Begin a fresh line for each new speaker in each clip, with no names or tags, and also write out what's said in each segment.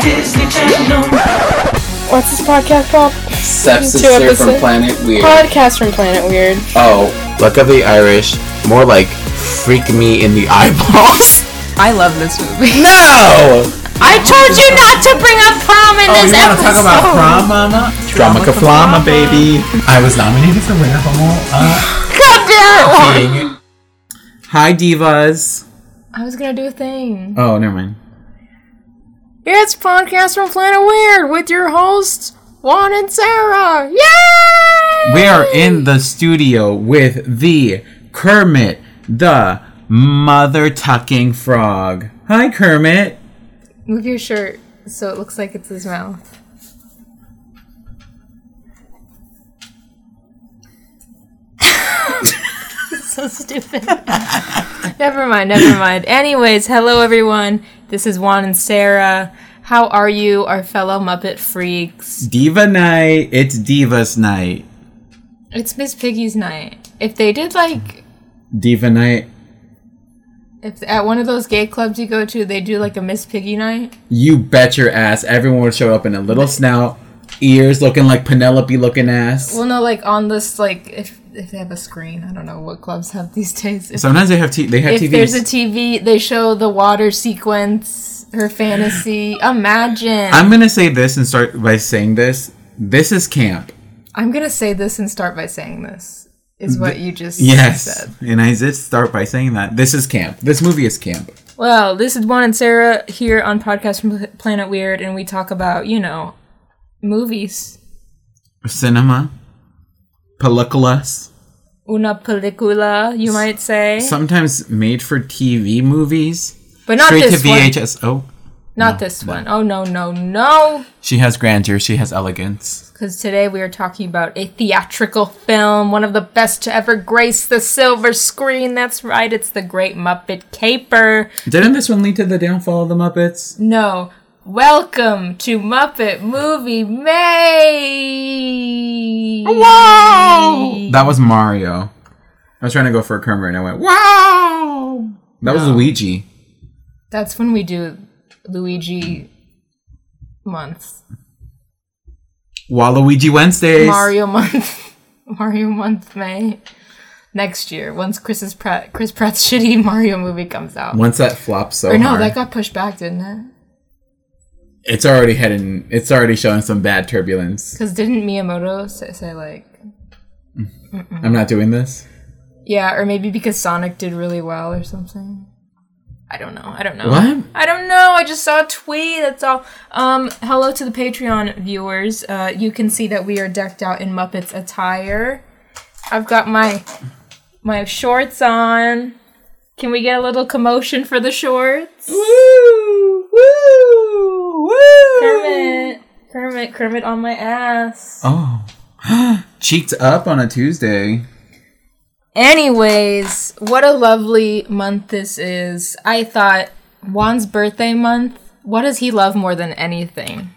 Disney Channel.
What's this podcast called?
Step's
Two
sister from
episodes.
Planet Weird.
Podcast from Planet Weird.
Oh, Luck of the Irish. More like freak me in the eyeballs.
I love this movie.
No!
I told you not to bring up prom in
Oh,
this
you want to
episode.
talk about prom, mama? Drama flama, baby. I was nominated for winnable. Uh,
God damn it.
dang it. Hi, divas.
I was gonna do a thing.
Oh, never mind.
It's podcast from Planet Weird with your hosts Juan and Sarah. Yay!
We are in the studio with the Kermit, the mother tucking frog. Hi, Kermit.
Move your shirt so it looks like it's his mouth. so stupid. never mind, never mind. Anyways, hello everyone. This is Juan and Sarah. How are you, our fellow Muppet freaks?
Diva night. It's divas night.
It's Miss Piggy's night. If they did like
Diva night.
if at one of those gay clubs you go to, they do like a Miss Piggy night.
You bet your ass everyone would show up in a little snout, ears looking like Penelope looking ass.
Well, no, like on this, like if if they have a screen, I don't know what clubs have these days. If,
Sometimes they have t- they have
if
TVs.
there's a TV, they show the water sequence, her fantasy. Imagine.
I'm gonna say this and start by saying this. This is camp.
I'm gonna say this and start by saying this is what you just
Yes.
said.
And I just start by saying that. This is camp. This movie is camp.
Well, this is Juan and Sarah here on podcast from Pla- Planet Weird, and we talk about you know movies.
Cinema. Películas.
Una película, you might say,
Sometimes made for TV movies.
but Eh. not
Straight to
this one.
VHS. Oh.
Not this one. Oh no no no.
She has grandeur, she has elegance.
Because today we are talking about a theatrical film, one of the best to ever grace the silver screen. That's right, it's The Great Muppet Caper.
Didn't this one lead to the downfall of the Muppets?
No, welcome to Muppet Movie May! Wow!
That was Mario. I was trying to go for a Kermit and I went, Wow That was Luigi.
That's when we do Luigi month,
Waluigi Wednesdays.
Mario month, Mario month May. Next year, once Chris's Pratt, Chris Pratt's shitty Mario movie comes out.
Once that flops so
or no,
hard.
that got pushed back, didn't it?
it's already heading it's already showing some bad turbulence
Because didn't Miyamoto say, say like,
i'm not doing this
yeah, or maybe because Sonic did really well or something. I don't know. I don't know.
What?
I don't know. I just saw a tweet. That's all. Um, hello to the Patreon viewers. Uh, you can see that we are decked out in Muppets attire. I've got my my shorts on. Can we get a little commotion for the shorts?
woo woo woo
Kermit, Kermit, Kermit on my ass.
oh cheeked up on a tuesday
Anyways, what a lovely month this is. I thought Juan's birthday month, what does he love more than anything?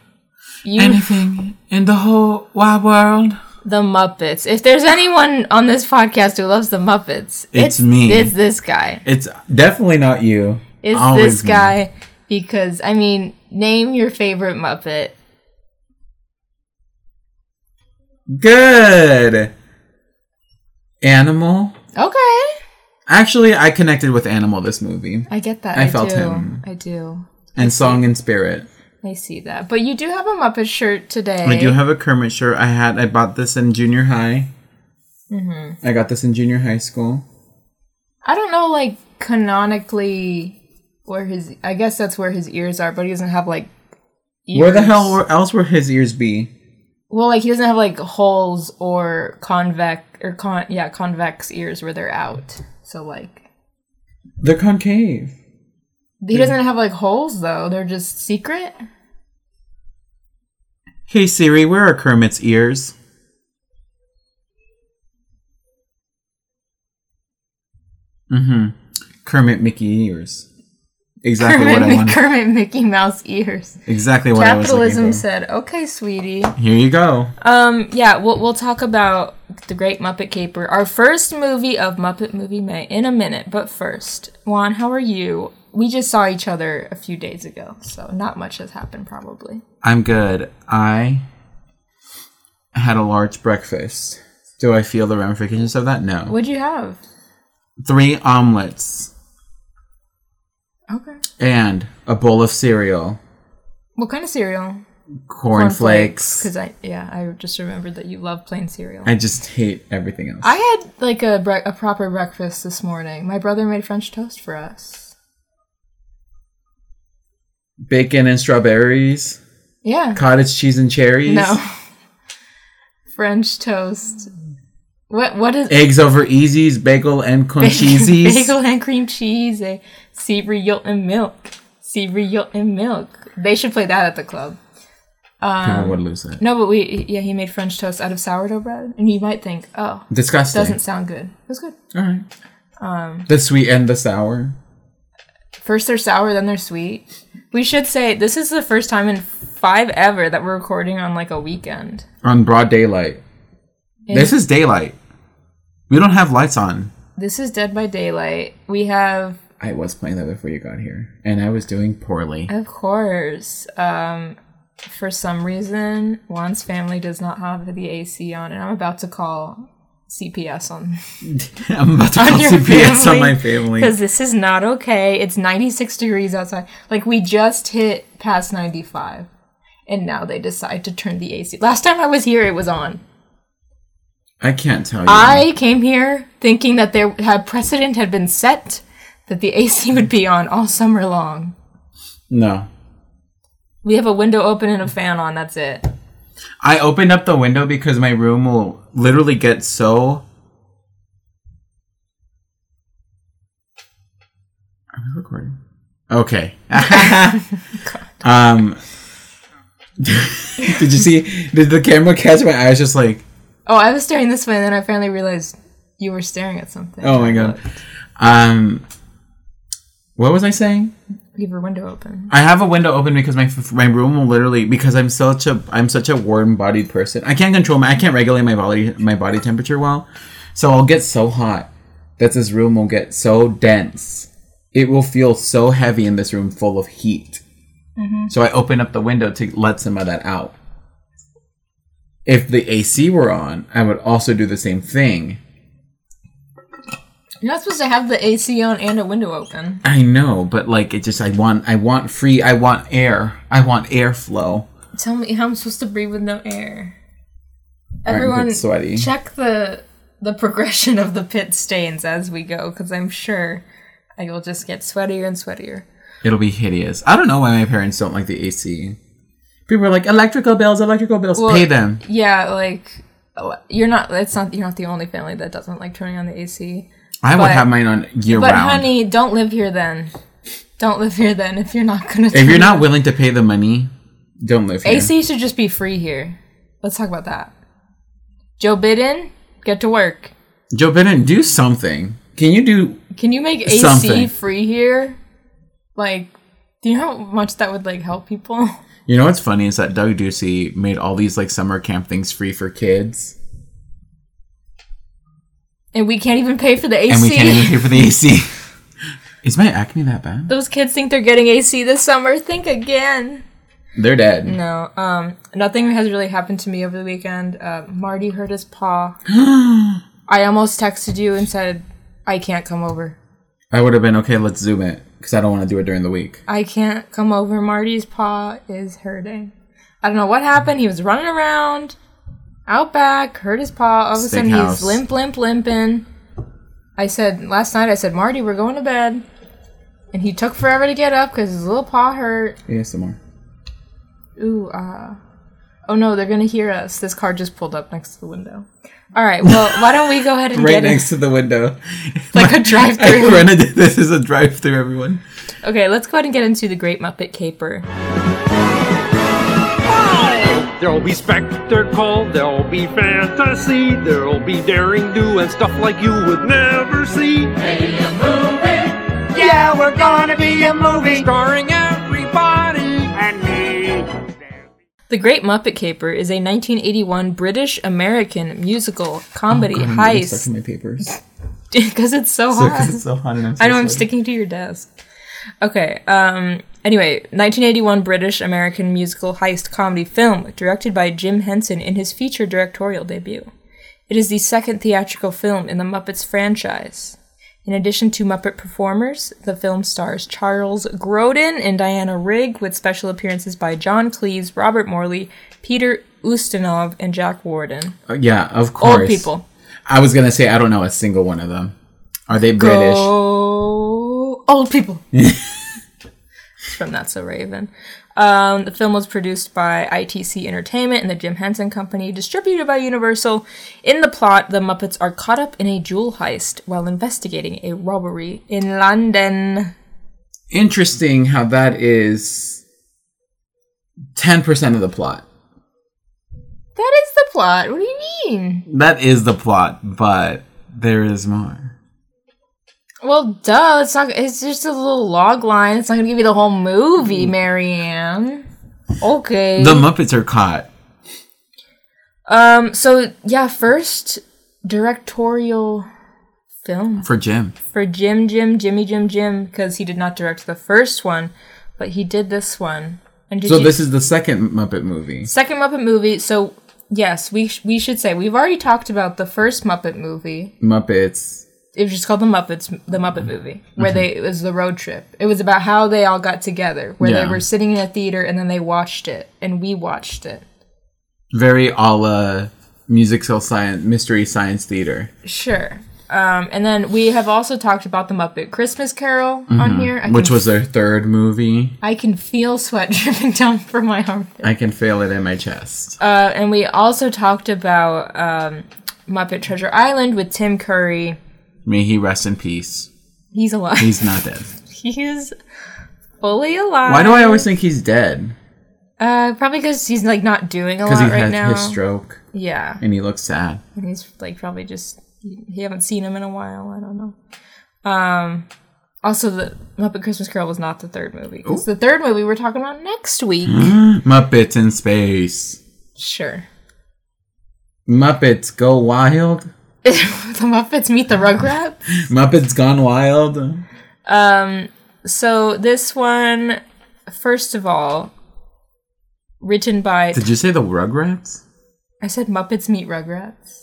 You,
anything in the whole wide world
the Muppets. If there's anyone on this podcast who loves the Muppets,
It's me.
It's this guy.
it's definitely not you
It's
Always
this
me.
guy. Because, I mean, name your favorite Muppet.
good animal
Okay.
actually i connected with animal this movie
I get that.
I felt
do.
him.
I do.
and song and spirit
I see that. But you do have a Muppet shirt today.
I do have a Kermit shirt. I had I bought this in junior high. Mm-hmm. I got this in junior high school.
I don't know, like canonically, where his. I guess that's where his ears are, but he doesn't have like. Ears.
Where the hell were, else would his ears be?
Well, like he doesn't have like holes or convex or con. Yeah, convex ears where they're out. So like
They're concave.
he doesn't have like holes though. They're just secret.
Hey Siri, where are Kermit's ears? Mm-hmm. Kermit Mickey ears. Exactly
Kermit,
what I
Mi-
wanted.
Kermit Mickey Mouse ears.
Exactly what I
Capitalism
was looking
said, "Okay, sweetie."
for. Here you go.
Um, yeah, we'll we'll talk about the Great Muppet Caper, our first movie of Muppet Movie May, in a minute. But first, Juan, how are you? we just saw each other a few days ago, so not much has happened probably.
I'm good. I had a large breakfast. Do I feel the ramifications of that? No.
What'd you have?
Three omelets
Okay.
and a bowl of cereal,
What kind of cereal?
cornflakes.
Because I yeah, I just remembered that you love plain cereal.
I just hate everything else.
I had like a bre- a proper breakfast this morning. My brother made French toast for us.
Bacon and strawberries,
Yeah.
cottage cheese and cherries,
No. French toast. What what is
eggs over easies, bagel and conchisies.
Bagel and cream cheese, a cereal and milk. Cereal and milk. They should play that at the club.
People would lose it.
No, but we yeah, he made French toast out of sourdough bread, and you might think, oh,
Disgusting.
doesn't Um, sound good. It was good.
All right. the sweet and the sour.
First they're sour, then they're sweet. We should say this is the first time in five ever that we're recording on like a weekend.
on broad daylight.
It
This is daylight. We don't have lights on.
This is Dead by Daylight. We have,
I was playing that before you got here, and I was doing poorly.
of course, um, for some reason, Juan's family does not have the AC on, and I'm about to call CPS on
I'm about to call CPS on my family.
because this is not okay. It's 96 degrees outside. Like we just hit past 95, and now they decide to turn the AC. Last time I was here, it was on.
I can't tell you.
I came here thinking that there had precedent had been set that the AC would be on all summer long.
no.
We have a window open and a fan on. That's it.
I opened up the window because my room will literally get so. Are we recording? Okay. um. did you see? Did the camera catch my eyes? Just like.
Oh, I was staring this way, and then I finally realized you were staring at something.
Oh my god. Um, what was I saying?
Leave your window open.
I have a window open because my f- my room will literally because I'm such a I'm such a warm bodied person. I can't control my I can't regulate my body my body temperature well, so I'll get so hot that this room will get so dense. It will feel so heavy in this room full of heat. So I open up the window to let some of that out. If the AC were on, I would also do the same thing.
You're not supposed to have the AC on and a window open.
I know, but like it just I want I want free I want air. I want airflow.
Tell me how I'm supposed to breathe with no air.
I'm a bit
Everyone,
sweaty.
check the the progression of the pit stains as we go, because I'm sure I will just get sweatier and sweatier.
It'll be hideous. I don't know why my parents don't like the AC. People are like electrical bills, electrical bills.
Well,
Pay them.
Yeah, like uh, you're not. It's not. You're not the only family that doesn't like turning on the AC.
I would
but-
have mine on year
But
round.
honey, don't live here then. Don't live here then if you're not gonna.
if you're not willing to pay the money, don't live here.
AC should just be free here. Let's talk about that. Joe Biden, get to work.
Joe Biden, do something. Can you do?
Can you make AC
Something.
free here? Like, do you know how much that would like help people?
You know what's funny is that Doug Ducey made all these like summer camp things free for kids,
And we can't even pay for the
and we can't even
AC.
pay for the AC. is my acne that bad?
Those kids think they're getting AC this summer. Think again.
They're dead.
No, um, nothing has really happened to me over the weekend. Uh, Marty hurt his paw. I almost texted you and said, I can't come over.
I would have been okay. Let's zoom it because I don't want to do it during the week.
I can't come over. Marty's paw is hurting. I don't know what happened. He was running around, out back, hurt his paw. All of a
Sick
sudden,
house.
he's limp, limp, limping. I said last night. I said, Marty, we're going to bed. And he took forever to get up because his little paw hurt.
ASMR.
Ooh, uh. Oh no, they're gonna hear us. This car just pulled up next to the window. All right, well, why don't we go ahead and
Right
get
next to the window.
Like a drive-thru.
I run into- this is a drive through, everyone.
In- okay, let's go ahead and get into the Great Muppet Caper.
There'll be spectacle, there'll be fantasy, there'll be daring do and stuff like you would never see. Yeah, we're gonna be a movie starring everybody and me.
The Great Muppet Caper is a 1981 British American musical comedy heist
my papers.
because it's so hot.
Because it's so hot and I'm so
I know I'm
sweaty.
sticking to your desk. Okay. Um. Anyway, 1981 British American musical heist comedy film directed by Jim Henson in his feature directorial debut. It is the second theatrical film in the Muppets franchise. In addition to Muppet performers, the film stars Charles Grodin and Diana Rigg, with special appearances by John Cleese, Robert Morley, Peter Ustinov, and Jack Warden.
Uh, yeah, of course.
Old people.
I was gonna say I don't know a single one of them. Are they British?
Go old people. It's from That's So Raven. Um, the film was produced by ITC Entertainment and the Jim Henson Company, distributed by Universal. In the plot, the Muppets are caught up in a jewel heist while investigating a robbery in London.
Interesting how that is ten percent of the plot.
That is the plot. What do you mean?
That is the plot, but there is more.
Well, duh. It's not. It's just a little log line. It's not gonna give you the whole movie, Marianne. Okay.
The Muppets are caught.
um. So yeah, first directorial film
For Jim.
for Jim, Jim, Jimmy, Jim, Jim, because he did not direct the first one, but he did this one. And did
So
you-
this is the second Muppet movie.
Second Muppet movie. So yes, we sh- we should say we've already talked about the first Muppet movie.
Muppets.
It was just called the Muppets, the Muppet movie, where
Mm-hmm.
they it was the road trip. It was about how they all got together, where
Yeah.
they were sitting in a theater and then they watched it, and we watched it.
Very a la musical science mystery science theater.
Sure. Um, and then we have also talked about the Muppet Christmas Carol on here, I
Mm-hmm. Which
can,
was their third movie.
I can feel sweat dripping down from my armpit.
I can feel it in my chest.
Uh, and we also talked about um, Muppet Treasure Island with Tim Curry.
May he rest in peace.
He's alive.
He's not dead.
He's fully alive.
Why do I always think he's dead?
Uh, probably because he's like not doing a lot
Because he
right
had
now.
his stroke
Yeah,
and he looks sad.
and he's like probably just he haven't seen him in a while. I don't know. Um, also the Muppet Christmas Carol was not the third movie. 'cause the third movie we're talking about next week.
Hmm. Muppets in space.
Sure.
Muppets go wild.
the Muppets meet the Rugrats.
Muppets gone wild.
Um, so this one, first of all, written by
Did you say the Rugrats?
I said Muppets meet Rugrats.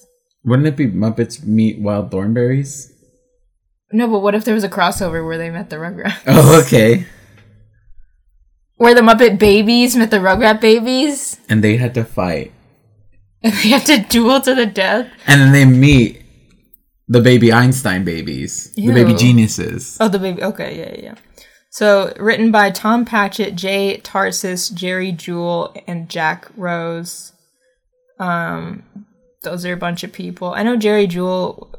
Wouldn't it be Muppets meet Wild Thornberries?
No, but what if there was a crossover where they met the Rugrats?
Oh, okay.
where the Muppet babies met the Rugrat babies,
And they had to fight.
and they had to duel to the death.
And then they meet the baby Einstein babies, the baby
Ew.
geniuses.
Oh, the baby. Okay, yeah, yeah, yeah. So written by Tom Patchett, Jay Tarsis, Jerry Jewell, and Jack Rose. Um, those are a bunch of people. I know Jerry Jewell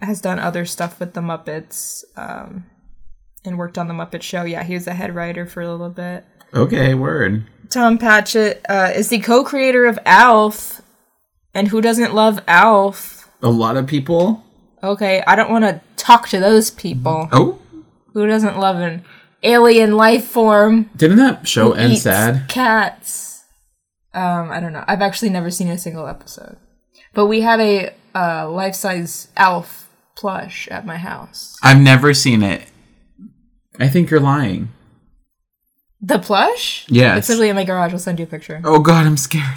has done other stuff with the Muppets. Um. And worked on the Muppet Show. Yeah, he was a head writer for a little bit.
Okay, word.
Tom Patchett uh, is the co-creator of Alf, and who doesn't love Alf?
A lot of people.
Okay, I don't want to talk to those people.
Oh,
Who doesn't love an alien life form?
didn't that show end
eats
sad?
Cats. Um, I don't know. I've actually never seen a single episode. But we had a uh, life size elf plush at my house.
I've never seen it. I think you're lying.
The plush?
Yes.
It's literally in my garage. I'll send you a picture.
Oh God, I'm scared.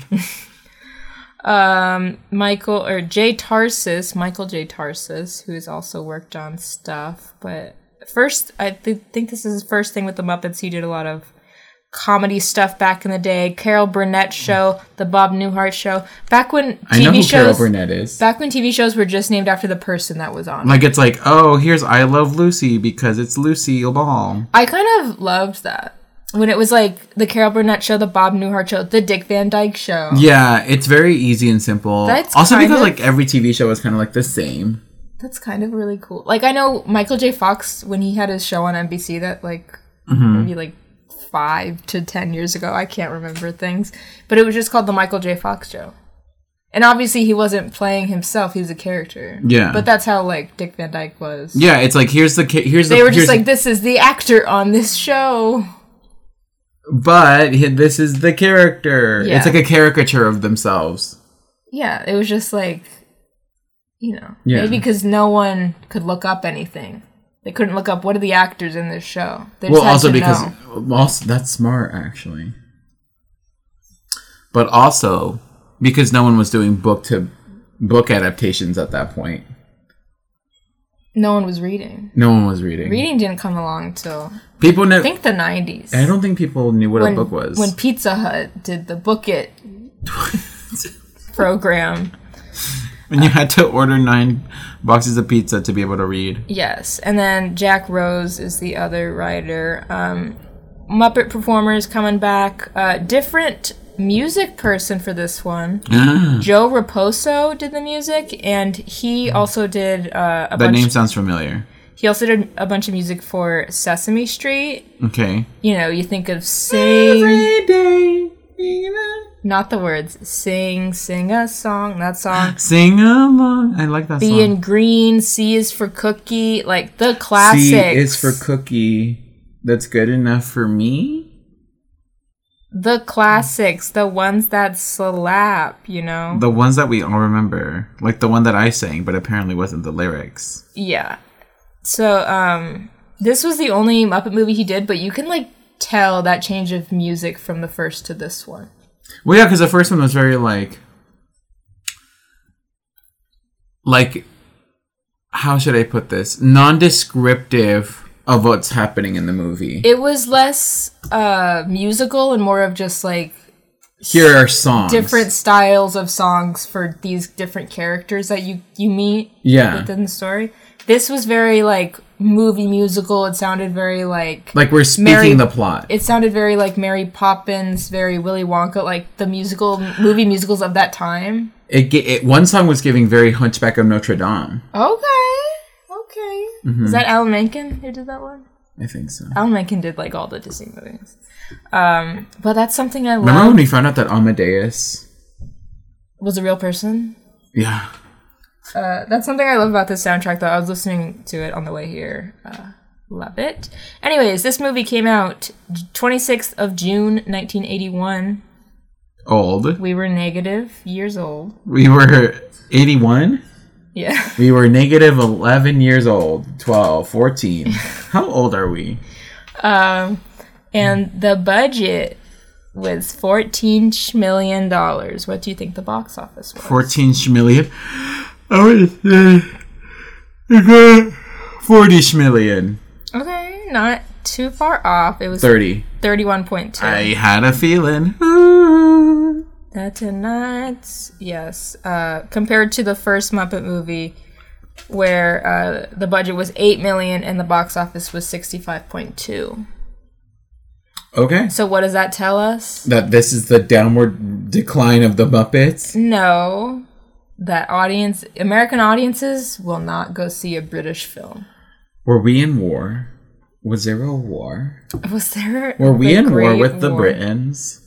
Um, Michael or Jay Tarsis, Michael J. Tarsis, who has also worked on stuff, but first, I th- think this is his first thing with the Muppets. He did a lot of comedy stuff back in the day. Carol Burnett show, the Bob Newhart show, back when TV
Mm. I know who Carol
shows,
Burnett is.
back when TV shows were just named after the person that was on. it.
like it's like, oh, here's I Love Lucy because it's Lucy Ball.
I kind of loved that when it was like the Carol Burnett show, the Bob Newhart show, the Dick Van Dyke show.
Yeah, it's very easy and simple.
That's
also
kind
because
of-
like every TV show is kind of like the same.
That's kind of really cool. Like I know Michael J. Fox when he had his show on NBC that like
Mm-hmm.
maybe like five to ten years ago. I can't remember things, but it was just called the Michael J. Fox Show. And obviously he wasn't playing himself; he was a character.
Yeah.
But that's how like Dick Van Dyke was.
Yeah, it's like here's the ki- here's
They
the,
were just
here's-
like, "This is the actor on this show."
but he- this is the character.
Yeah.
It's like a caricature of themselves.
Yeah, it was just like, you know,
Yeah.
maybe because no one could look up anything. They couldn't look up what are the actors in this show. They just
Well,
had
also
to
because
know.
also that's smart actually. But also because no one was doing book to book adaptations at that point.
no one was reading.
No one was reading.
Reading didn't come along till
People
I
never.
think the nineties.
I don't think people knew what a book was.
when Pizza Hut did the Book It program.
When you had to order nine boxes of pizza to be able to read.
Yes, and then Jack Rose is the other writer. Um, Muppet performers coming back. Uh, different music person for this one.
Ah.
Joe Raposo did the music, and he also did uh, a
That
bunch.
name sounds familiar.
he also did a bunch of music for Sesame Street.
Okay.
You know, you think of sing, not the words, sing, sing a song, that song.
Ah, Sing along. I like that
B
song.
in green, C is for cookie, like the classics.
C is for cookie. That's good enough for me.
the classics, the ones that slap, you know?
The ones that we all remember, like the one that I sang, but apparently wasn't the lyrics.
yeah. So, um, this was the only Muppet movie he did, but you can, like, tell that change of music from the first to this one.
Well, yeah, because the first one was very like, like, how should I put this? Non-descriptive of what's happening in the movie.
It was less, uh, musical and more of just, like,
Here are songs.
different styles of songs for these different characters that you, you meet
Yeah.
within the story. This was very, like, movie musical. It sounded very, like,
Like we're speaking
Mary-
the plot.
it sounded very like Mary Poppins, very Willy Wonka, like the musical movie musicals of that time.
It, ge- it one song was giving very Hunchback of Notre Dame.
Okay, okay.
Mm-hmm.
Is that Alan Menken who did that one?
I think so.
Alan Menken did like all the Disney movies. Um, but that's something I
Remember
love.
when we found out that Amadeus?
Was a real person.
Yeah.
Uh, that's something I love about this soundtrack. Though I was listening to it on the way here. Uh, love it. Anyways, this movie came out 26th of June 1981.
Old.
We were negative years old.
We were 81.
Yeah.
We were negative 11 years old. 12, 14. How old are we?
Um, and the budget was fourteen million dollars. What do you think the box office was?
14 schmillion. I would say we got 40 schmillion.
Okay, not too far off. It was
30.
thirty-one point two.
I had a feeling. Ooh.
That tonight, yes. Uh, compared to the first Muppet movie, where uh, the budget was eight million and the box office was sixty-five point two.
Okay.
So what does that tell us?
That this is the downward decline of the Muppets.
No, that audience, American audiences, will not go see a British film.
Were we in war? Was there a war?
Was there?
Were we
the
in war
Great
with the
War?
Britons?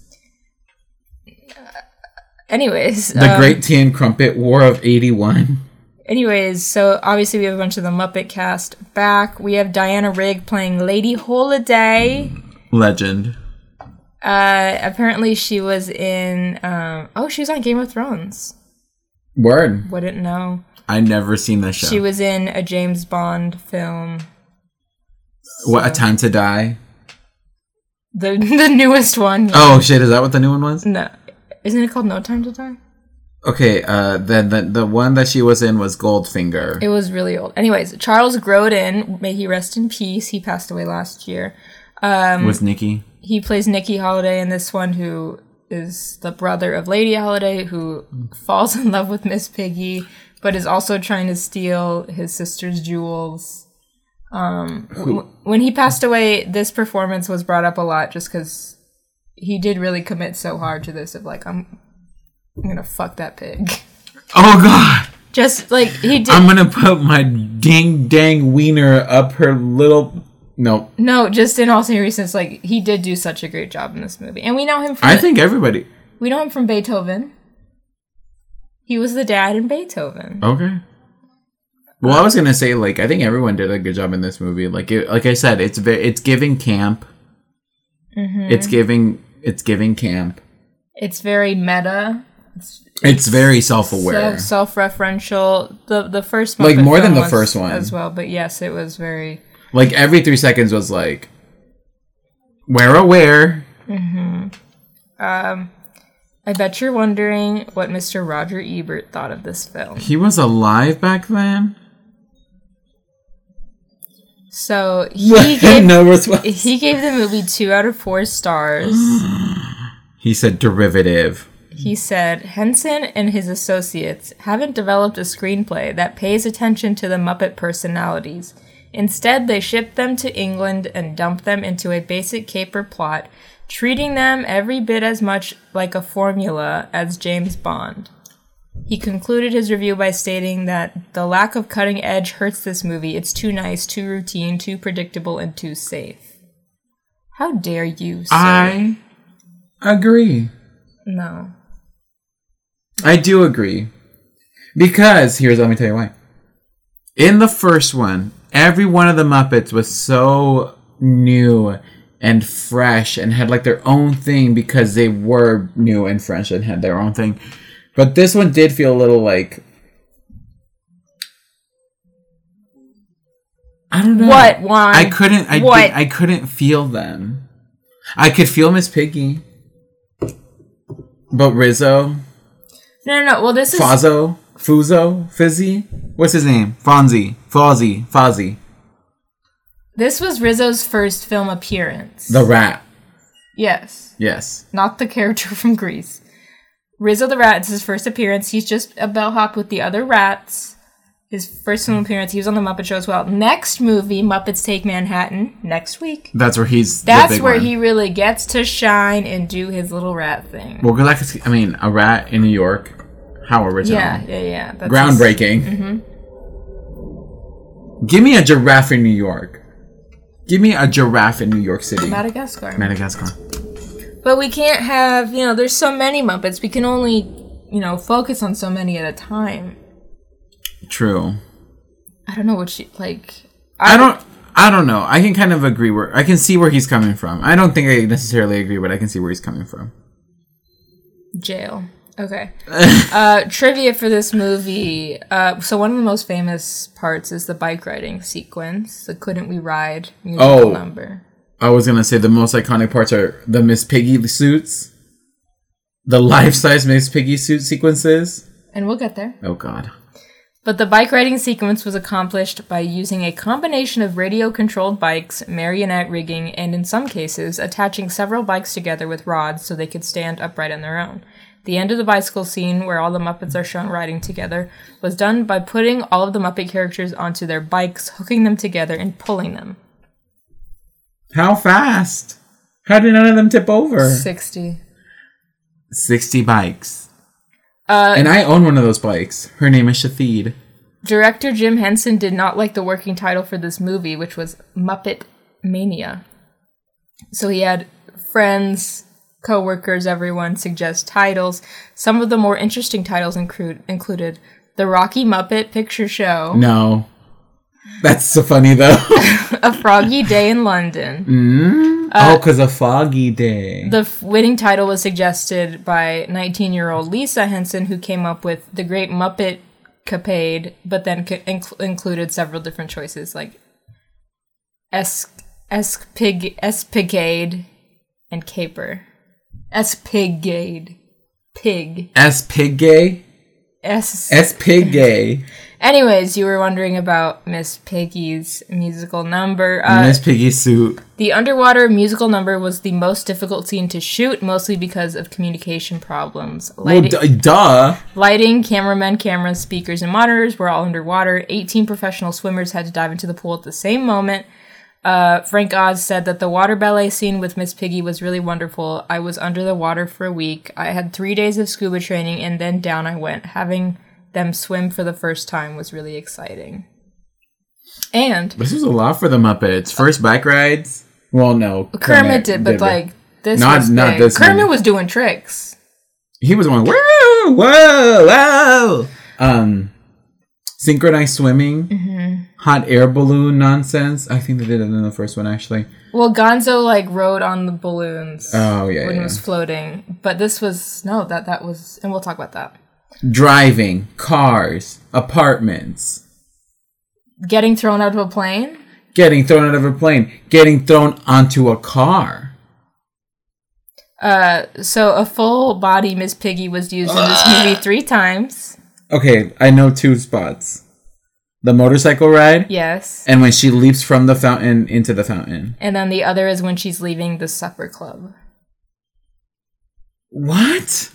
Anyways,
The
um,
Great Tea and Crumpet War of 81.
Anyways, so obviously we have a bunch of the Muppet cast back. We have Diana Rigg playing Lady Holiday.
Legend.
Uh, apparently she was in. Um, oh, she was on Game of Thrones.
Word.
Wouldn't know.
I never seen that show.
She was in a James Bond film,
what, A Time to Die?
the the newest one.
Oh shit, is that what the new one was?
No, isn't it called No Time to Die?
Okay, uh, then the, the one that she was in was Goldfinger.
It was really old. Anyways, Charles Grodin, may he rest in peace. He passed away last year. Um,
with Nikki.
he plays Nikki Holiday in this one, who is the brother of Lady Holiday, who falls in love with Miss Piggy, but is also trying to steal his sister's jewels. Um, w- when he passed away, this performance was brought up a lot, just because he did really commit so hard to this of like I'm, I'm gonna fuck that pig.
Oh god!
Just like he did.
I'm gonna put my ding dang wiener up her little. No.
no, just in all seriousness, like he did do such a great job in this movie, and we know him. From
I
the-
think everybody.
We know him from Beethoven. He was the dad in Beethoven.
Okay. Well, I was gonna say like I think everyone did a good job in this movie. Like it, like I said, it's very it's giving camp.
Mm-hmm.
It's giving it's giving camp.
It's very meta,
It's very self aware.
self self referential. The the first
Like,
Muppet
more than
film
the
was
first one.
as well, but yes, it was very
Like every three seconds was like, where aware.
Um, I bet you're wondering what Mr. Roger Ebert thought of this film.
He was alive back then.
So he gave
no response.
he gave the movie two out of four stars.
He said derivative.
He said Henson and his associates haven't developed a screenplay that pays attention to the Muppet personalities. Instead, they ship them to England and dump them into a basic caper plot, treating them every bit as much like a formula as James Bond. He concluded his review by stating that the lack of cutting edge hurts this movie. It's too nice, too routine, too predictable, and too safe. How dare you, sir?
I agree.
no.
I do agree. Because here's let me tell you why. In the first one, every one of the Muppets was so new and fresh and had like their own thing because they were new and fresh and had their own thing. But this one did feel a little like I don't know.
What, Juan?
I couldn't I
What?
did- I couldn't feel them. I could feel Miss Piggy. But Rizzo
No, no, no. Well, this is
Fazo, Fuzo, Fizzy. What's his name? Fonzie, Fozzie, Fozzie.
this was Rizzo's first film appearance.
The rat.
yes,
Yes.
not the character from Grease. Rizzo the Rat is his first appearance. He's just a bellhop with the other rats. His first film appearance. He was on the Muppet Show as well. Next movie, Muppets Take Manhattan, next week.
That's where he's. the
That's
big
where
one.
he really gets to shine and do his little rat thing.
Well, good luck. I mean, a rat in New York. How original.
yeah, Mm-hmm. yeah, yeah. That's his-
Groundbreaking. Give me a giraffe in New York. Give me a giraffe in New York City.
Madagascar.
Madagascar.
But we can't have, you know, there's so many Muppets. We can only, you know, focus on so many at a time.
True.
I don't know what she, like,
I don't. I don't know. I can kind of agree where I can see where he's coming from. I don't think I necessarily agree, but I can see where he's coming from.
jail. Okay. uh, trivia for this movie. Uh, so, one of the most famous parts is the bike riding sequence, the Couldn't We Ride musical
Oh.
number.
I was gonna say the most iconic parts are the Miss Piggy suits, the life-size Miss Piggy suit sequences.
And we'll get there.
Oh God!
But the bike riding sequence was accomplished by using a combination of radio controlled bikes, marionette rigging, and in some cases, attaching several bikes together with rods so they could stand upright on their own. The end of the bicycle scene, where all the Muppets are shown riding together, was done by putting all of the Muppet characters onto their bikes, hooking them together, and pulling them.
How fast? How did none of them tip over?
60.
Sixty bikes,
Uh,
and I own one of those bikes. Her name is Shafid.
director Jim Henson did not like the working title for this movie, which was Muppet Mania. So he had friends, coworkers, everyone suggest titles. Some of the more interesting titles include included The Rocky Muppet Picture Show,
No, that's so funny though.
A Froggy Day in London.
oh, cause a foggy day.
Uh, The f- winning title was suggested by 19-year-old Lisa Henson, who came up with The Great Muppet Capade, but then c- inc- included several different choices like Es Espig Espigade and Caper. Espigade. Pig.
S pig gay.
S.
S pig gay.
Anyways, you were wondering about Miss Piggy's musical number. Uh,
Miss Piggy suit.
the underwater musical number was the most difficult scene to shoot, mostly because of communication problems.
Well,
Lighting,
d- duh.
lighting, cameramen, cameras, speakers, and monitors were all underwater. 18 professional swimmers had to dive into the pool at the same moment. Uh, Frank Oz said that the water ballet scene with Miss Piggy was really wonderful. I was under the water for a week. I had three days of scuba training, and then down I went. Having them swim for the first time was really exciting. And
This was a lot for the Muppets. First bike rides. Well, no,
Kermit did, but
it.
like this
Not-
was
not
big.
this
Kermit
one.
was doing tricks.
he was one. Whoa, whoa, whoa. Um, synchronized swimming,
Mm-hmm.
hot air balloon nonsense. I think they did it in the first one actually.
Well, Gonzo like rode on the balloons
Oh yeah,
when
yeah.
it was floating, but this was no that that was, and we'll talk about that.
driving, cars, apartments,
Getting thrown out of a plane.
getting thrown out of a plane, getting thrown onto a car.
Uh, so a full body Miss Piggy was used in this movie three times.
Okay, I know two spots. The motorcycle ride
Yes.
and when she leaps from the fountain into the fountain.
And then the other is when she's leaving the supper club.
What?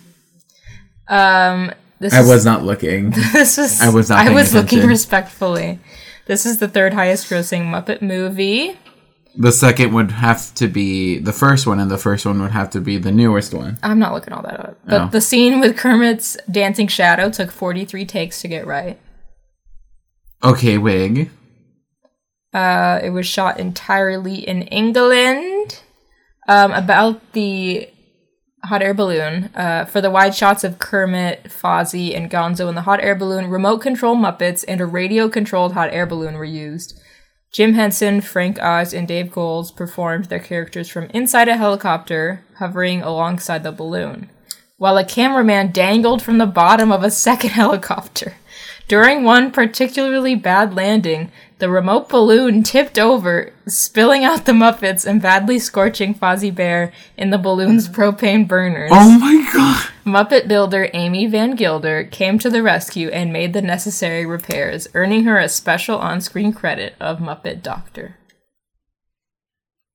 Um, this
I
is-
was not looking.
This was
I was not
I
paying
was looking
attention.
respectfully. This is the third highest grossing Muppet movie.
The second would have to be the first one, and the first one would have to be the newest one.
I'm not looking all that up. But
Oh.
the scene with Kermit's dancing shadow took 43 takes to get right.
Okay, wig.
Uh, it was shot entirely in England. Um, about the hot air balloon. Uh, for the wide shots of Kermit, Fozzie, and Gonzo in the hot air balloon, remote control Muppets and a radio controlled hot air balloon were used. Jim Henson, Frank Oz, and Dave Goles performed their characters from inside a helicopter hovering alongside the balloon, while a cameraman dangled from the bottom of a second helicopter. During one particularly bad landing, the remote balloon tipped over, spilling out the Muppets and badly scorching Fozzie Bear in the balloon's propane burners.
Oh my god.
Muppet builder Amy Van Gilder came to the rescue and made the necessary repairs, earning her a special on screen credit of Muppet Doctor.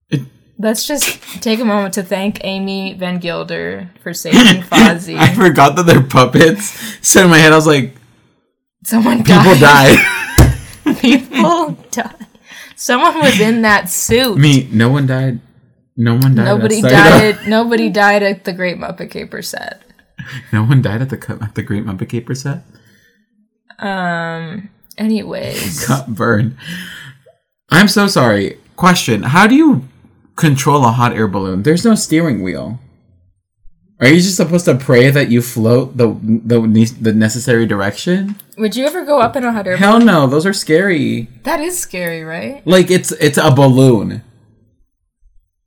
It-
Let's just take a moment to thank Amy Van Gilder for saving
I
Fozzie.
forgot that they're puppets. So in my head, I was like,
Someone died.
people die.
People died. Someone was in that suit.
Me, no one died. No one died.
Nobody
outside of-
died. Nobody died at the Great Muppet Caper set.
No one died at the cu- at the Great Muppet Caper set.
Um. Anyways,
Got burned. I'm so sorry. Question: How do you control a hot air balloon? There's no steering wheel. Are you just supposed to pray that you float the the, ne- the necessary direction?
would you ever go up in a hot air?
Hell no, those are scary.
That is scary, right?
Like it's it's a balloon.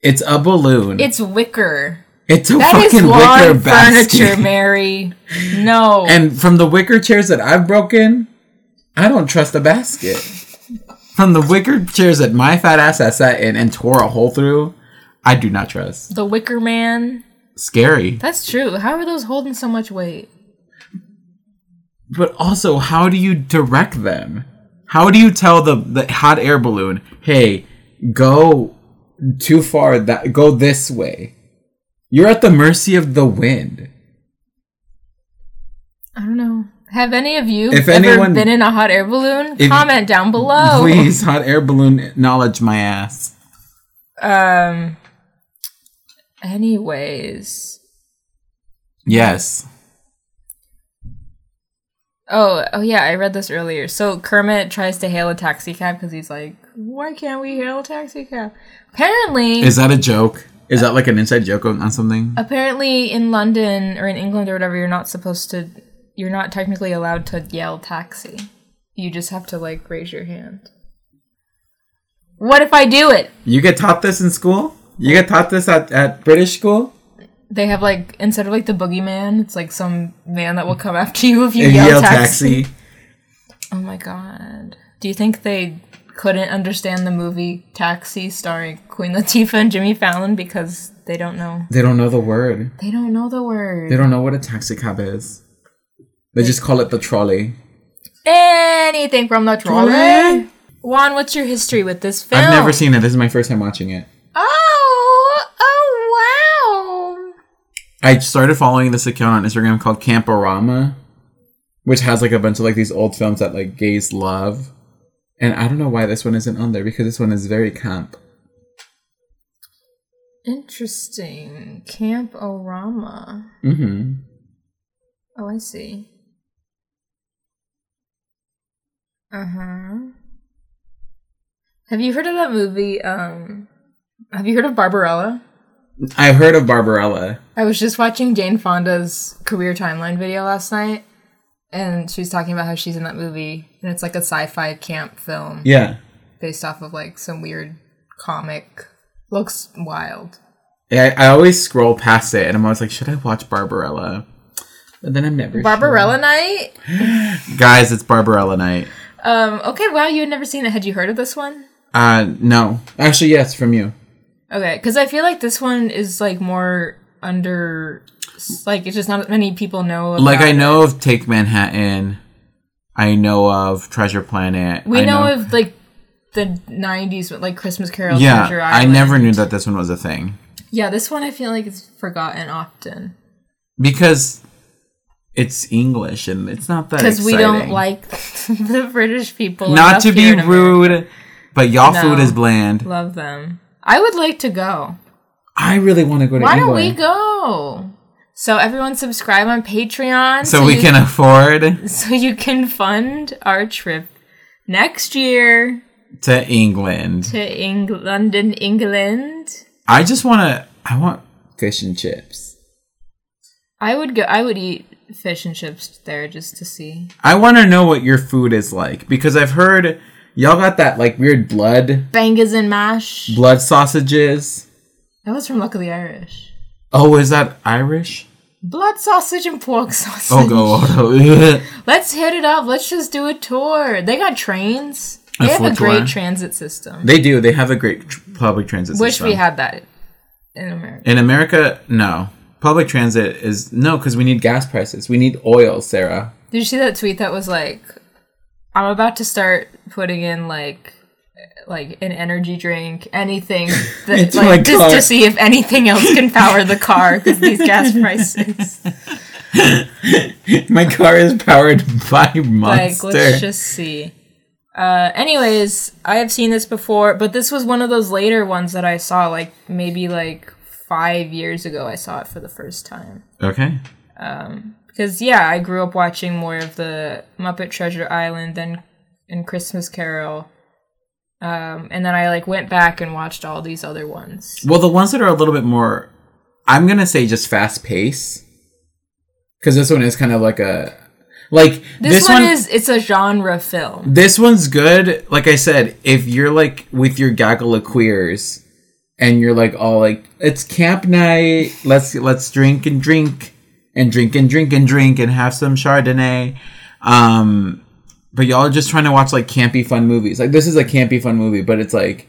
It's a balloon.
It's wicker.
it's a
That is
fucking wicker
lawn
basket.
furniture, Mary. No.
And from the wicker chairs that I've broken, I don't trust a basket. from the wicker chairs that my fat ass has sat in and tore a hole through, I do not trust.
the Wicker Man.
Scary.
That's true. How are those holding so much weight?
But also, how do you direct them? How do you tell the, the hot air balloon, hey, go too far that go this way? You're at the mercy of the wind.
I don't know. Have any of you
If
ever
anyone-
been in a hot air balloon?
If-
Comment down below.
Please, hot air balloon knowledge my ass.
Um. Anyways.
Yes.
Oh, oh yeah, I read this earlier. So Kermit tries to hail a taxi cab because he's like, "Why can't we hail a taxi cab?" Apparently,
Is that a joke? Is that like an inside joke on, on something?
apparently in London or in England or whatever, you're not supposed to. You're not technically allowed to yell taxi. You just have to like raise your hand. What if I do it?
You get taught this in school? You get taught this at, at British school?
They have like instead of like the boogeyman, it's like some man that will come after you if you
If you
yell,
yell
taxi.
taxi.
Oh my god. Do you think they couldn't understand the movie Taxi starring Queen Latifah and Jimmy Fallon because they don't know
They don't know the word.
they don't know the word.
They don't know what a taxi cab is. They just call it the trolley.
Anything from the trolley? Juan, what's your history with this film?
I've never seen it. This is my first time watching it.
Oh, oh wow.
I started following this account on Instagram called Camporama, which has like a bunch of like these old films that like gays love. And I don't know why this one isn't on there because this one is very camp.
Interesting. Camp Orama.
Mm-hmm.
Oh, I see. Uh huh. Have you heard of that movie? Um, have you heard of Barbarella?
I heard of Barbarella.
I was just watching Jane Fonda's career timeline video last night, and she was talking about how she's in that movie, and it's like a sci-fi camp film
Yeah.
based off of like some weird comic. Looks wild.
Yeah, I, I always scroll past it and I'm always like, should I watch Barbarella? But then I'm never
Barbarella night.
sure. Guys, it's Barbarella night.
Um. Okay. Wow. You had never seen it. Had you heard of this one?
Uh, no. Actually, yes, from you.
Okay, because I feel like this one is like more under, like it's just not many people know. About
Like I know of Take Manhattan. I know of Treasure Planet.
We
I
know, of like the '90s, with like Christmas Carol.
Yeah,
Treasure
I
Island.
never knew that this one was a thing
Yeah, this one I feel like is forgotten often
because it's English and it's not that.
because
Because
we don't like the British people.
Not
enough
to
here
be
in America.
rude, but y'all
No.
food is bland.
Love them. I would like to go.
I really want to go to
Why don't we
England.
go? So everyone subscribe on Patreon
So we
you-
can afford
so you can fund our trip next year
to England.
to Eng- London, England.
I just want to. I want fish and chips.
I would go. I would eat fish and chips there just to see.
I want to know what your food is like because I've heard y'all got that like weird blood
Bangers and mash.
blood sausages.
That was from Luckily Irish.
Oh, is that Irish?
Blood sausage and pork sausage.
Oh, go.
Let's hit it up. Let's just do a tour. They got trains. They
A
have
full
a great
tour?
transit system.
they do. They have a great tr- public transit
Wish
system.
we had that in America.
in America. No, public transit is no because we need gas prices. We need oil, Sarah.
Did you see that tweet that was like, I'm about to start putting in like, like an energy drink, anything that
It's my
like just
car.
to see if anything else can power the car because these gas prices.
My car is powered by
like,
Monster.
let's just see. Uh, anyways, I have seen this before, but this was one of those later ones that I saw like maybe like five years ago. I saw it for the first time.
okay.
because yeah, I grew up watching more of the Muppet Treasure Island than and Christmas Carol, um, and then I like went back and watched all these other ones.
Well, the ones that are a little bit more, I'm gonna say just fast pace, because this one is kind of like a, like
This, one, is it's a genre film.
this one's good. Like I said, if you're like with your gaggle of queers, and you're like all like it's camp night, let's let's drink and drink and drink and drink and drink and have some chardonnay, um, but y'all are just trying to watch like campy fun movies. Like this is a campy fun movie, but it's like.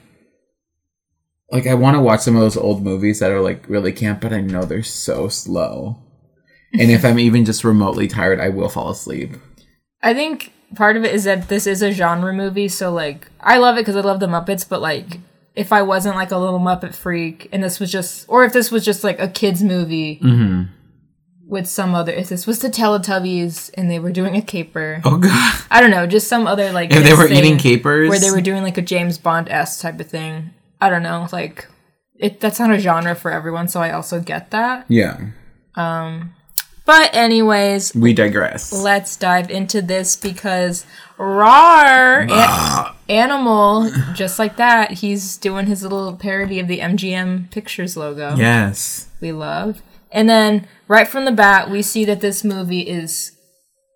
Like I want to watch some of those old movies that are like really camp, but I know they're so slow. And if I'm even just remotely tired, I will fall asleep.
I think part of it is that this is a genre movie, so like I love it because I love the Muppets, but like if I wasn't like a little Muppet freak and this was just, or if this was just like a kids movie. With some other, if this was the Teletubbies and they were doing a caper,
Oh god.
I don't know, just some other like
If they were
insane-
eating capers,
where they were doing like a James Bond s type of thing. I don't know, like it. That's not a genre for everyone, so I also get that.
yeah.
But anyways,
We digress.
let's dive into this because Rar a- Animal, just like that, he's doing his little parody of the MGM Pictures logo.
yes,
we love. And then right from the bat, we see that this movie is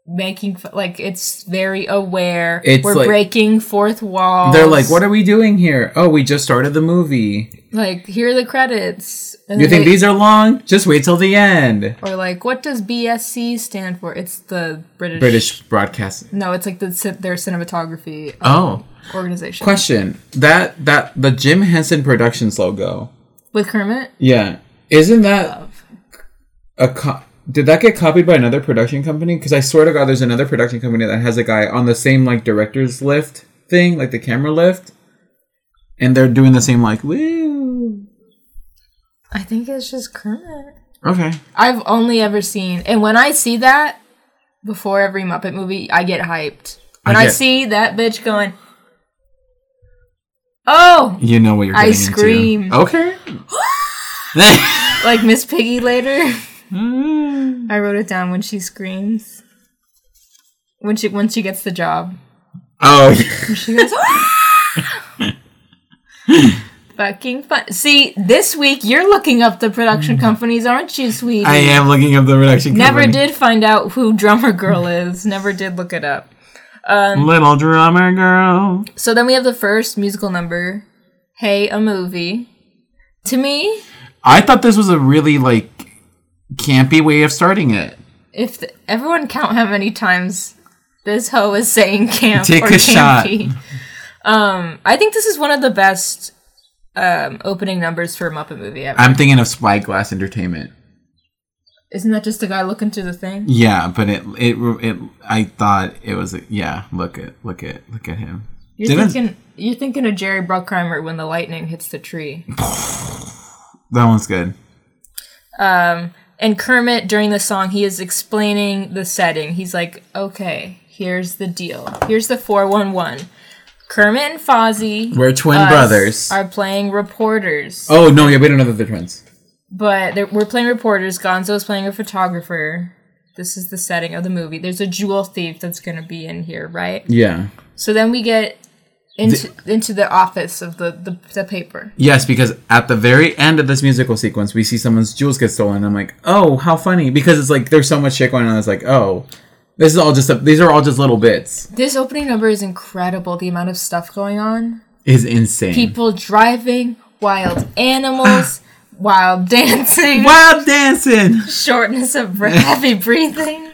making f- like it's very aware.
It's
We're
like-
breaking fourth wall.
they're like, "What are we doing here? Oh, we just started the movie.
like here are the credits. And
You
then
think
they-
these are long? Just wait till the end."
or like what does BSC stand for? It's the British
British broadcast.
No, it's like the cin- their cinematography uh,
Oh,
organization
question that that the Jim Henson Productions logo.
with Kermit.
Yeah, isn't that a co- did that get copied by another production company? Because I swear to God, there's another production company that has a guy on the same like director's lift thing, like the camera lift, and they're doing the same like woo.
I think it's just Kermit.
Okay.
I've only ever seen, and when I see that before every Muppet movie, I get hyped. When I,
I get-
see that bitch going, oh,
You know what you're
I
getting
scream.
into. Okay.
like Miss Piggy later.
Hmm.
I wrote it down when she screams. When she when she gets the job,
oh,
she goes. "Ah!" Fucking fun. See, this week you're looking up the production companies, aren't you, sweetie?
Hmm. I am looking up the production.
Never
company.
did find out who Drummer Girl is. Never did look it up.
Little drummer girl.
So then we have the first musical number, Hey, a Movie. To me,
I thought this was a really like campy way of starting it.
if th- everyone count how many times this hoe is saying camp
Take
or
a shot.
campy. Um, I think this is one of the best um, opening numbers for a Muppet movie ever.
I'm thinking of Spyglass Entertainment.
Isn't that just a guy looking through the thing?
Yeah, but it it it I thought it was yeah. Look at look at look at him.
You're
Didn't-
thinking you're thinking of Jerry Bruckheimer when the lightning hits the tree.
That one's good.
Um, and Kermit during the song, he is explaining the setting. He's like, "Okay, here's the deal. Here's the four one one. Kermit and Fozzie,
We're twin
us,
brothers.
are playing reporters,
oh no, yeah, we don't know that they're twins.
but they're, we're playing reporters. Gonzo's playing a photographer. This is the setting of the movie. There's a jewel thief that's gonna be in here, right?
Yeah.
So then we get into into the office of the the, the paper.
Yes, because at the very end of this musical sequence, we see someone's jewels get stolen. I'm like, oh, how funny! Because it's like there's so much shit going on. It's like, oh, this is all just a, these are all just little bits.
This opening number is incredible. The amount of stuff going on.
Is insane.
people driving, wild animals, wild dancing,
Wild dancing,
shortness of breath, heavy breathing.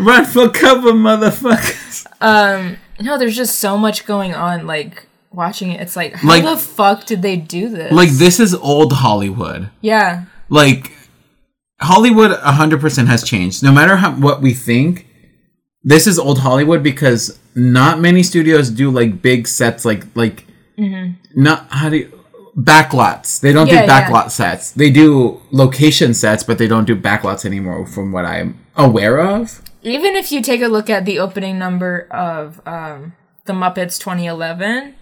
run for cover, motherfuckers.
Um, no, there's just so much going on. Like watching it, it's like, how
Like-
the fuck did they do this?
Like this is old Hollywood.
yeah,
like Hollywood 100% has changed. No matter how, what we think, this is old Hollywood because not many studios do like big sets like like not how do you, backlots. They don't
Mm-hmm. Yeah,
do
yeah.
backlot sets. They do location sets, but they don't do backlots anymore from what I'm aware of.
even if you take a look at the opening number of um, the Muppets 2011,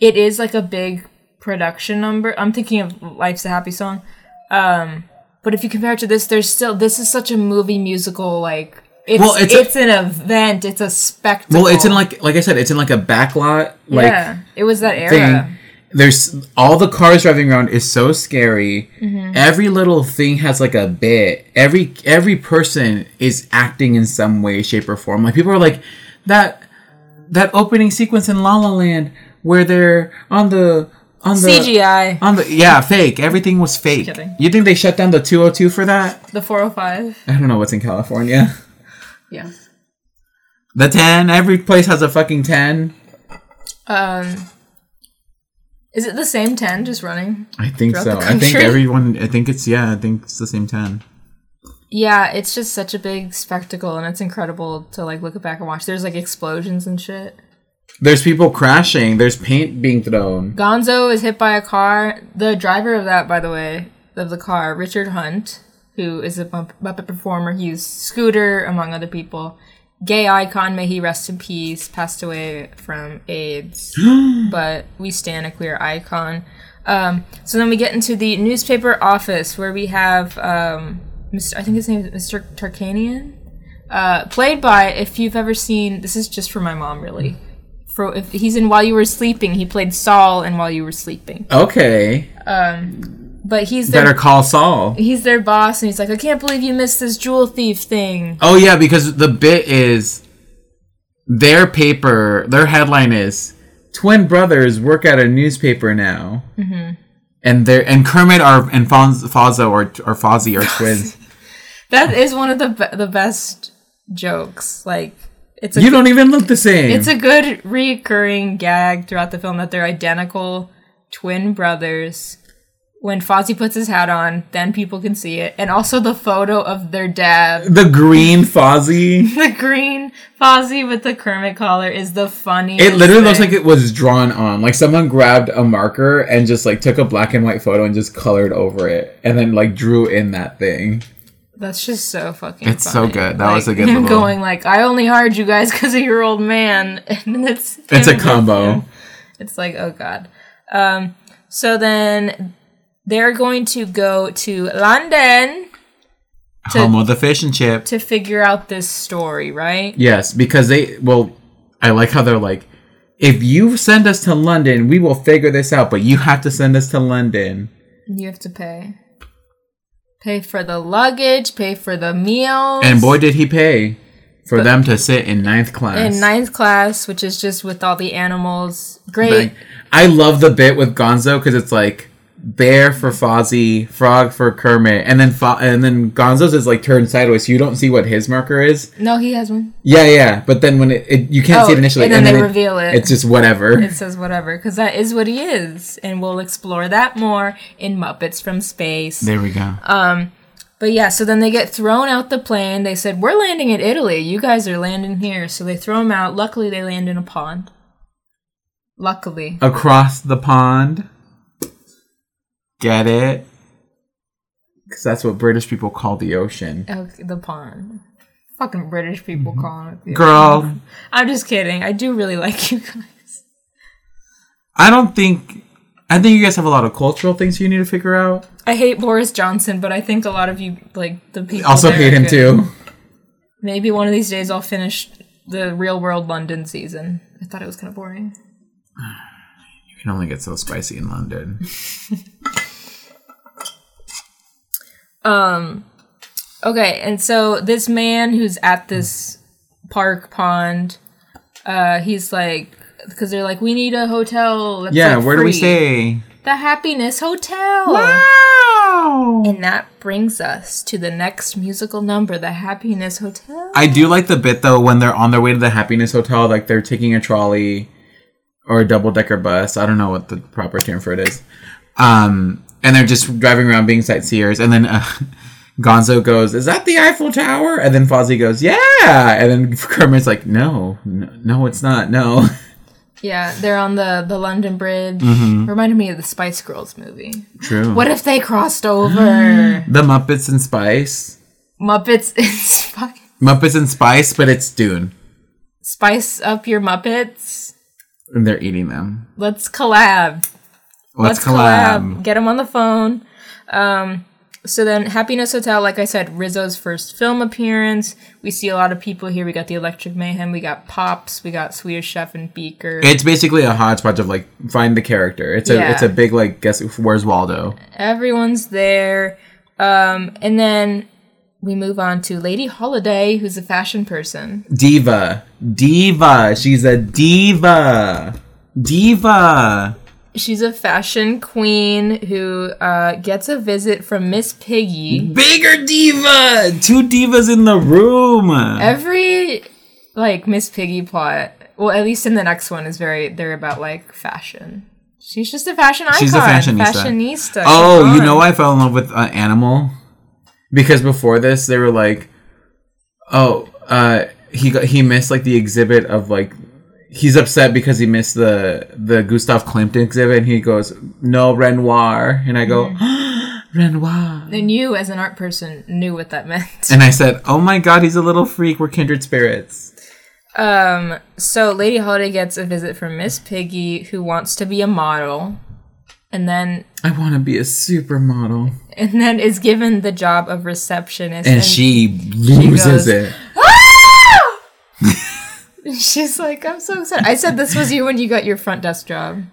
it is like a big production number. I'm thinking of Life's a Happy Song. Um, but if you compare it to this, there's still this is such a movie musical like it's
Well,
it's,
it's a-
an event, it's a spectacle.
Well, it's in like like I said, it's in like a backlot like
Oh. yeah, it was that
thing.
era.
There's all the cars driving around is so scary.
Mm-hmm.
Every little thing has like a bit. Every every person is acting in some way, shape, or form. Like people are like that that opening sequence in La La Land where they're on the on the
CGI,
on the yeah fake. Everything was fake.
kidding.
You think they shut down the 202 for that?
the 405.
I don't know what's in California.
Yeah.
The 10. Every place has a fucking 10.
Um is it the same 10 just running?
I think
Throughout
so.
the
I think
country.
everyone. I think it's yeah. I think it's the same 10.
Yeah, it's just such a big spectacle, and it's incredible to like look back and watch. There's like explosions and shit.
There's people crashing. There's paint being thrown.
Gonzo is hit by a car. The driver of that, by the way, of the car, Richard Hunt, who is a Mupp- Muppet performer. He used Scooter, among other people. Gay icon, may he rest in peace, passed away from AIDS. but we stand a queer icon. Um, so then we get into the newspaper office where we have, um, Mr. I think his name is Mr. Tarkanian, uh, played by, if you've ever seen, this is just for my mom, really for if he's in While You Were Sleeping. He played Saul in While You Were Sleeping.
Okay.
But he's their
Better call Saul.
he's their boss, and he's like, I can't believe you missed this jewel thief thing.
Oh yeah, because the bit is their paper. Their headline is twin brothers work at a newspaper now. Mm-hmm. And they and Kermit are and Fonz, Fozzo or or Fozzie are twins.
That is one of the be- the best jokes. Like it's a
you don't even look the same.
it's a good recurring gag throughout the film that they're identical twin brothers. When Fozzie puts his hat on, then people can see it, and also the photo of their dad.
the green Fozzie.
The green Fozzie with the Kermit collar is the funniest.
It literally looks
thing.
like it was drawn on. Like someone grabbed a marker and just like took a black and white photo and just colored over it and then like drew in that thing.
That's just so fucking.
It's so
funny.
good. That was
Like,
a good
Him
little-
going like, I only hired you guys because of your old man, and it's
It's
him
a
with
combo.
him. It's like, oh god. Um. So then they're going to go to London To-
Home of the fish and chip.
to figure out this story, right?
Yes, because they well, I like how they're like, if you send us to London, we will figure this out, but you have to send us to London.
You have to pay. Pay for the luggage. Pay for the meals.
And boy did he pay for them to sit in ninth class.
in ninth class, which is just with all the animals. Great.
Like, I love the bit with Gonzo because it's like bear for Fozzie, frog for Kermit, and then Fo- and then Gonzo's is like turned sideways, so you don't see what his marker is.
No, he has one.
Yeah, yeah, but then when it, it you can't see
Oh,
it initially,
and then they reveal it.
It's just whatever.
It says whatever, because that is what he is, and we'll explore that more in Muppets from Space.
there we go.
But yeah, so then they get thrown out the plane. They said, "We're landing in Italy. You guys are landing here." So they throw them out. Luckily, they land in a pond. Luckily,
Across the pond. Get it? Because that's what British people call the ocean.
oh, the pond. Fucking British people calling it. the-
Mm-hmm. Girl,
I'm just kidding. I do really like you guys.
I don't think. I think you guys have a lot of cultural things you need to figure out.
I hate Boris Johnson, but I think a lot of you like the people.
Also,
there
hate him
could-
too.
Maybe one of these days I'll finish the Real World London season. I thought it was kind of boring.
You can only get so spicy in London.
Um, okay, and so this man who's at this park pond, uh, he's like, because they're like, we need a hotel. That's
Yeah,
like,
where do we
free."
stay?
The Happiness Hotel.
Wow!
And that brings us to the next musical number, the Happiness Hotel.
I do like the bit though when they're on their way to the Happiness Hotel, like they're taking a trolley or a double decker bus. I don't know what the proper term for it is. Um, and they're just driving around being sightseers. And then uh, Gonzo goes, "Is that the Eiffel Tower?" And then Fozzie goes, "Yeah." And then Kermit's like, "No, no, no it's not. No."
yeah, they're on the the London Bridge.
Mm-hmm.
Reminded me of the Spice Girls movie.
True.
What if they crossed over?
the Muppets and Spice.
Muppets in Spice.
Muppets and Spice, but it's Dune,
Spice up your Muppets.
and they're eating them.
Let's collab.
Let's, collab.
Get him on the phone. Um, so then, Happiness Hotel, like I said, Rizzo's first film appearance. We see a lot of people here. We got the Electric Mayhem. We got Pops. We got Swedish Chef and Beaker.
It's basically a hodgepodge of like find the character. It's a
Yeah.
it's a big like guess where's Waldo.
Everyone's there. Um, and then we move on to Lady Holiday, who's a fashion person.
Diva. Diva. She's a diva. Diva.
She's a fashion queen who uh, gets a visit from Miss Piggy.
Bigger diva. Two divas in the room.
Every like Miss Piggy plot, well, at least in the next one, is very they're about like fashion. She's just a fashion icon.
She's a fashionista.
Fashionista.
oh, you know
what?
why I fell in love with uh, Animal? Because before this they were like oh, uh he got he missed like the exhibit of like he's upset because he missed the the Gustav Klimt exhibit and he goes, "No Renoir." And I go, "Renoir."
And you, as an art person, knew what that meant.
And I said, "Oh my God, he's a little freak. We're kindred spirits."
Um, so Lady Holiday gets a visit from Miss Piggy, who wants to be a model, and then
I want to be a supermodel.
and then is given the job of receptionist.
And, she loses
goes-
it.
Ah! She's like, I'm so excited. I said this was you when you got your front desk job.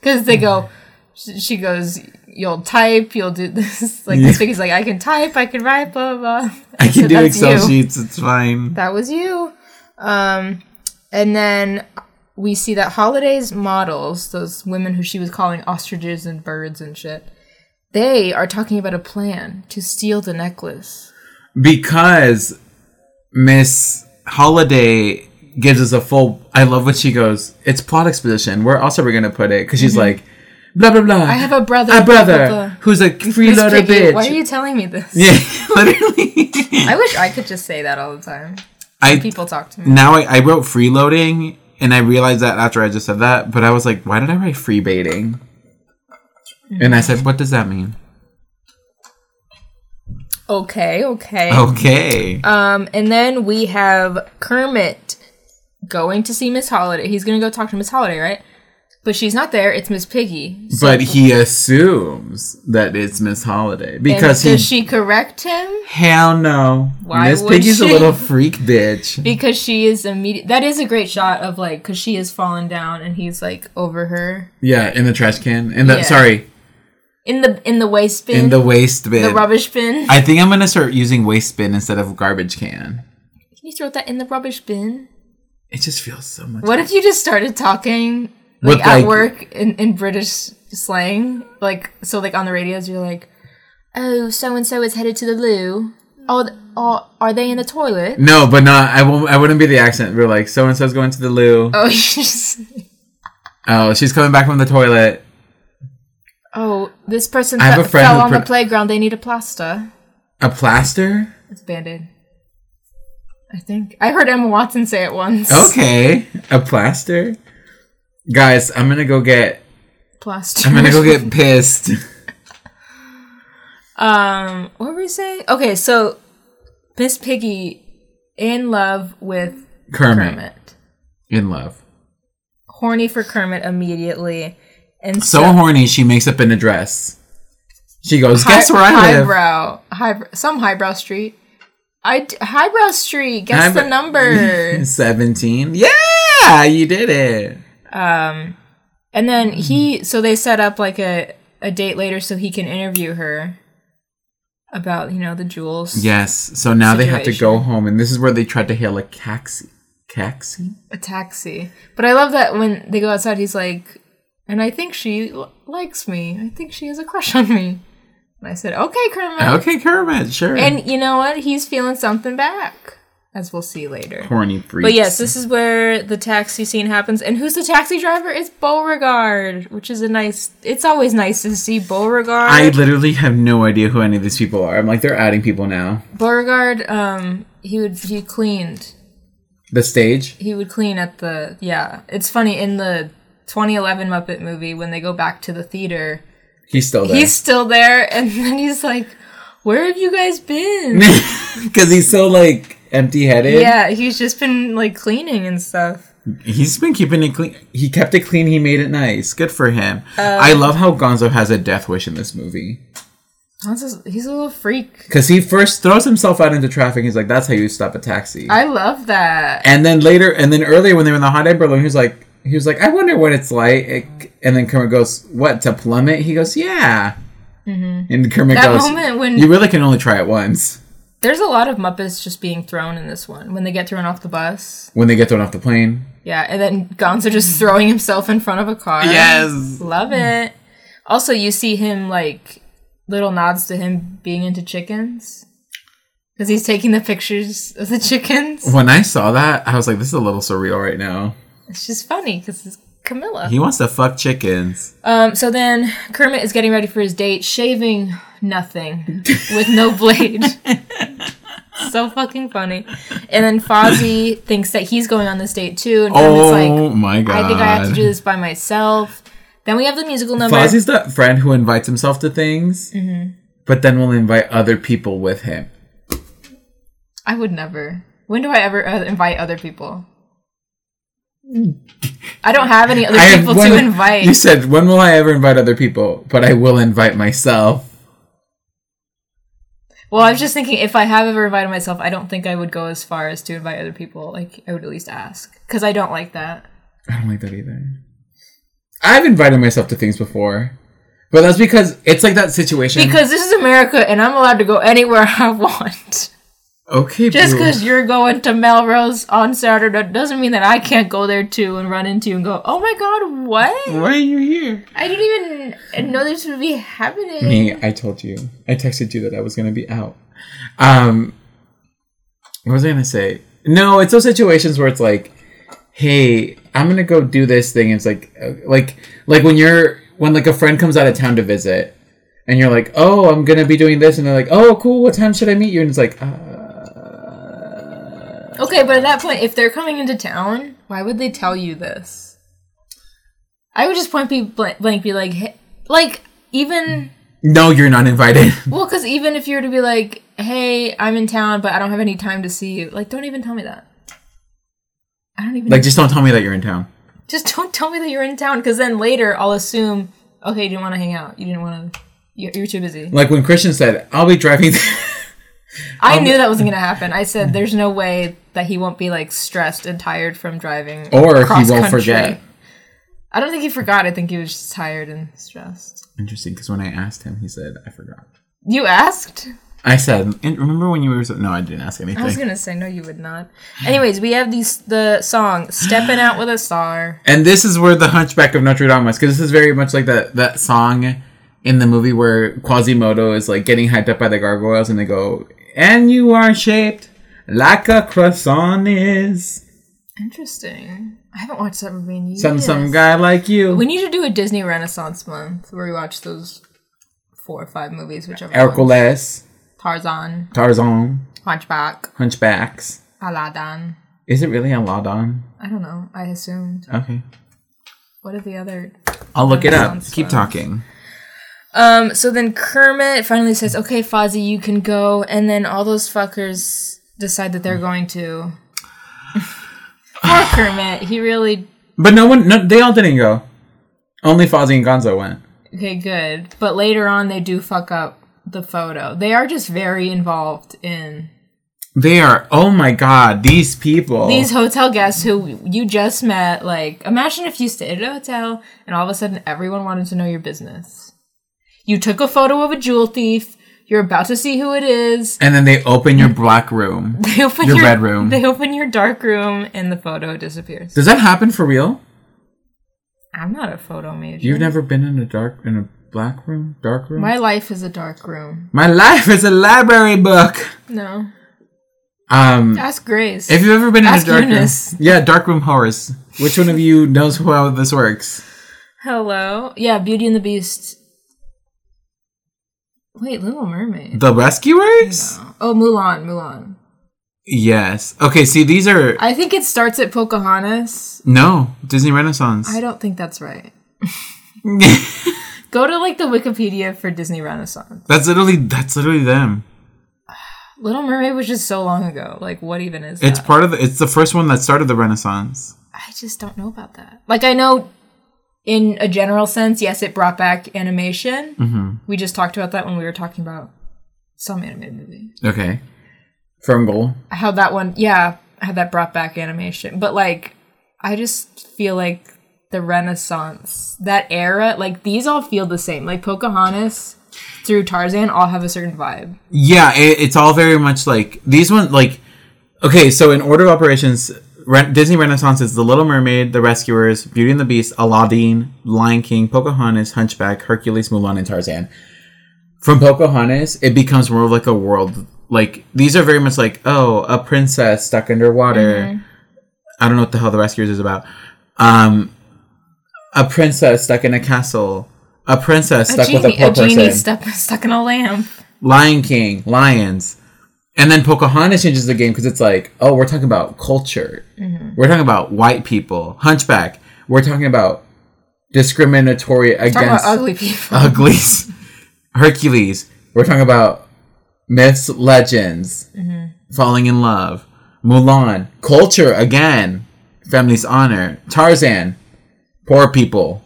Because they go, sh- she goes, you'll type, you'll do this. Like, this Piggy's like, I can type, I can write, blah, blah, blah.
I can
said,
do
"That's
Excel
you."
sheets. It's fine.
That was you. Um, and then we see that Holiday's models, those women who she was calling ostriches and birds and shit, they are talking about a plan to steal the necklace.
Because Miss Holiday gives us a full. I love what she goes. It's plot exposition. Where else are we gonna put it? Because she's like, blah blah blah.
Mm-hmm. I have a brother. blah,
a
blah,
brother
blah."
who's a
Miss
freeloader
Piggy,
bitch.
Why are you telling me this?
yeah, literally.
I wish I could just say that all the time.
I
People talk to me.
now I, I wrote freeloading, and I realized that after I just said that. But I was like, why did I write free baiting? And I said, what does that mean?
Okay, okay.
Oh. Okay.
Um, and then we have Kermit going to see Miss Holiday. He's gonna go talk to Miss Holiday, right? But she's not there. It's Miss Piggy.
but he assumes that it's Miss Holiday
And
because he
does she correct him?
hell no.
Why
Miss
would
Piggy's a
she?
little freak bitch.
Because she is immediate. That is a great shot of like, because she is fallen down and he's like over her
Yeah, in the trash can. In the
Yeah.
sorry,
in the in the waste bin,
in the waste bin.
the rubbish bin.
I think I'm gonna start using waste bin instead of garbage can.
Can you throw that in the rubbish bin?
It just feels so much.
What if you just started talking
With,
like, at
like-
work in, in British slang? Like so, like on the radios, you're like, "Oh, so and so is headed to the loo. Oh, th- oh, are they in the toilet?
No, but not. I won't. I wouldn't be the accent. We're like so and so's going to the loo.
Oh, you just,
Oh, she's coming back from the toilet.
oh, this person
I have
fe-
a friend
fell
who
on the
pro-
playground. They need a plaster.
A plaster.
It's Band-Aid. I think I heard Emma Watson say it once.
Okay, a plaster. Guys, I'm gonna go get.
plaster.
I'm gonna go get pissed.
Um, what were we saying? Okay, so Miss Piggy in love with
Kermit,
Kermit,
in love.
horny for Kermit immediately, and
So horny, she makes up an address. She goes, guess where I live.
highbrow, highbrow, some highbrow street. I d- highbrow street. Guess the
Highbrow-
number.
17. Yeah, you did it.
um, and then he. So they set up like a a date later so he can interview her about you know the jewels.
Yes. So now they have to
Situation.
go home, and this is where they tried to hail a taxi. Taxi?
a taxi. But I love that when they go outside, he's like, and I think she l- likes me. I think she has a crush on me. And I said, okay, Kermit.
Okay, Kermit, sure.
And you know what? He's feeling something back, as we'll see later.
horny freaks.
But yes, this is where the taxi scene happens. And who's the taxi driver? It's Beauregard, which is a nice. It's always nice to see Beauregard.
I literally have no idea who any of these people are. I'm like, they're adding people now.
Beauregard, um, he would he cleaned
The stage?
he would clean at the yeah it's funny in the 2011 muppet movie when they go back to the theater
He's still there.
he's still there and then he's like where have you guys been
Because he's so, like, empty headed.
yeah he's just been like cleaning and stuff
He's been keeping it clean. He kept it clean. He made it nice. Good for him.
Uh,
I love how Gonzo has a death wish in this movie.
Hans is- he's a little freak
Because he first throws himself out into traffic. He's like, that's how you stop a taxi.
i love that
and then later, and then earlier when they were in the hot air balloon, he was like, he was like, I wonder what it's like. It- and then Kermit goes, what, to plummet? He goes, yeah. And Kermit
Mm-hmm. That
goes,
moment when-
you really can only try it once
there's a lot of muppets just being thrown in this one when they get thrown off the bus
when they get thrown off the plane.
yeah and then gonzo just throwing himself in front of a car love it also you see him like little nods to him being into chickens because he's taking the pictures of the chickens
When I saw that, I was like, this is a little surreal right now.
it's just funny because it's camilla
He wants to fuck chickens.
um so then kermit is getting ready for his date shaving nothing with no blade so fucking funny and then fozzie thinks that he's going on this date too and kermit's
Oh
like
my god.
i think i have to do this by myself then we have the Mm-hmm. musical number
Fozzie's that friend who invites himself to things, but then will invite other people with him.
I would never. When do I ever uh, invite other people? I don't have any other
have
people
one-
to invite.
You said, when will I ever invite other people? But I will invite myself.
well, I was just thinking if I have ever invited myself, I don't think I would go as far as to invite other people. Like, I would at least ask. Because I don't like that.
I don't like that either. I've invited myself to things before, but that's because it's like that situation.
Because this is America and I'm allowed to go anywhere I want.
okay,
Just
boo.
because you're going to Melrose on Saturday doesn't mean that I can't go there too and run into you and go, oh my god, what?
why are you here?
I didn't even know this would be happening.
Me, I told you. I texted you that I was gonna be out. Um, what was I gonna say? No, it's those situations where it's like, hey, I'm gonna go do this thing. It's like, uh, like, like when you're when like a friend comes out of town to visit, and you're like, oh, I'm gonna be doing this, and they're like, oh, cool. What time should I meet you? And it's like, uh,
Okay, but at that point, if they're coming into town, why would they tell you this? I would just point be blank, blank be like, hey, like even
no, you're not invited.
well, because even if you were to be like, hey, I'm in town, but I don't have any time to see you, like, don't even tell me that. I don't even
like, just don't tell me that you're in town.
just don't tell me that you're in town, because then later I'll assume, okay, you didn't want to hang out, you didn't want to, you, you were too busy.
Like when Christian said, I'll be driving.
I
Um,
knew that wasn't gonna happen. I said, there's no way that he won't be like stressed and tired from driving,
Or he
cross
won't forget.
I don't think he forgot. I think he was just tired and stressed.
Interesting, because when I asked him, he said, I forgot.
You asked?
I said, and remember when you were? So- no, I didn't ask anything.
I was gonna say no, you would not. Anyways, we have these the song "Stepping Out with a Star."
and this is where the Hunchback of Notre Dame was, because this is very much like that that song in the movie where Quasimodo is like getting hyped up by the gargoyles, and they go, "And you are shaped like a croissant is
Interesting. I haven't watched that movie in years.
some some guy like you."
We need to do a Disney Renaissance month where we watch those four or five movies, whichever. one.
Hercules,
Tarzan,
Tarzan,
Hunchback,
Hunchbacks.
Aladdin.
Is it really a Laudon?
I don't know. I assumed.
Okay,
What are the other?
I'll look it up.
Sounds fun.
Keep talking.
Um. So then Kermit finally says, "Okay, Fozzie, you can go." And then all those fuckers decide that they're going to. Poor Kermit. He really
But no one, no, they all didn't go. Only Fozzie and Gonzo went.
Okay, good. But later on, they do fuck up the photo. They are just very involved in
They are. Oh my god, these people.
these hotel guests who you just met. Like, imagine if you stayed at a hotel and all of a sudden everyone wanted to know your business. You took a photo of a jewel thief. You're about to see who it is.
and then they open
Mm.
your black room.
They open
Your red room.
They open your dark room, and the photo disappears.
Does that happen for real?
I'm not a photo major.
You've never been in a dark in a black room, dark room.
My life is a dark room.
My life is a library book.
No,
Um,
ask Grace.
if you've ever been in
Ask
a dark
Eunice.
room, yeah, dark room horrors. Which one of you knows how this works?
Hello. Yeah, Beauty and the Beast. Wait, Little Mermaid.
The rescuers?
Oh, Mulan, Mulan.
Yes. Okay. See, these are
I think it starts at Pocahontas.
no Disney Renaissance.
I don't think that's right. Go to like the Wikipedia for Disney Renaissance.
that's literally that's literally them.
Little Mermaid was just so long ago. Like, what even is
It's
that?
part of the. It's the first one that started the Renaissance.
I just don't know about that. Like, I know in a general sense, yes, it brought back animation. We just talked about that when we were talking about some animated movie.
Okay. From goal.
how that one yeah how that brought back animation but like i just feel like the renaissance that era like these all feel the same like pocahontas through tarzan all have a certain vibe
Yeah, it, it's all very much like these ones. Like, okay, so in order of operations, Ren- Disney Renaissance is The Little Mermaid, The Rescuers, Beauty and the Beast, Aladdin, Lion King, Pocahontas, Hunchback, Hercules, Mulan, and Tarzan. From Pocahontas, it becomes more of like a world. Like these are very much like oh, a princess stuck underwater.
Mm-hmm.
I don't know what the hell the Rescuers is about. Um, a princess stuck in a castle. A princess
a
stuck with a
genie
poor
a genie
person.
stuck, stuck in a lamp
Lion King, Lions. And then Pocahontas changes the game because it's like, oh, we're talking about culture.
Mm-hmm.
We're talking about white people, hunchback. We're talking about discriminatory
talking about
against
ugly people
uglies. Hercules. We're talking about myths, legends,
Mm-hmm.
falling in love, Mulan, culture again, family's honor, Tarzan, poor people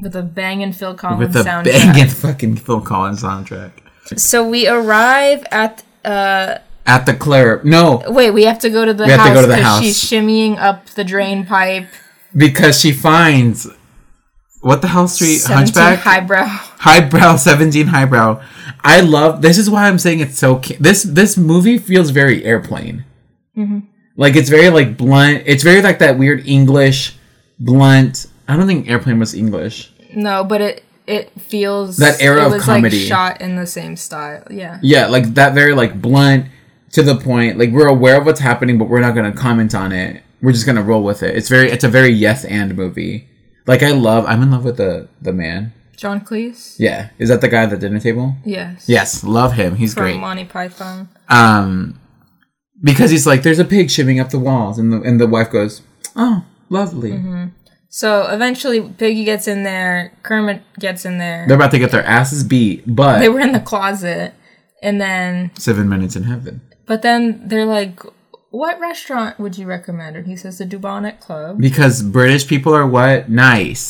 with a bang and phil collins
with a
soundtrack
banging fucking Phil Collins soundtrack.
so we arrive at uh
At the Claire, no,
wait we have to go to the
We have
house
to go to the
'cause
house.
she's shimmying up the drain pipe
because she finds what the hell street
17
hunchback
highbrow
highbrow 17 highbrow i love this is why i'm saying it's so ca- this this movie feels very airplane like it's very like blunt it's very like that weird english blunt i don't think airplane was english
No, but it it feels
That era
it
of
was
comedy.
like shot in the same style. Yeah.
yeah like that very like blunt to the point like we're aware of what's happening but we're not going to comment on it we're just going to roll with it it's very it's a very yes and movie like i love i'm in love with the the man
John Cleese.
Yeah. Is that the guy at the dinner table?
Yes.
Yes, love him. He's
From
great.
Monty Python.
Um because he's like there's a pig shimming up the walls and the and the wife goes, "Oh, lovely."
Mm-hmm. So eventually, Piggy gets in there. Kermit gets in there.
They're about to get their asses beat, but
They were in the closet, and then
7 minutes in heaven.
but then they're like, "What restaurant would you recommend?" And he says, "The Dubonnet Club."
Because British people are what? Nice.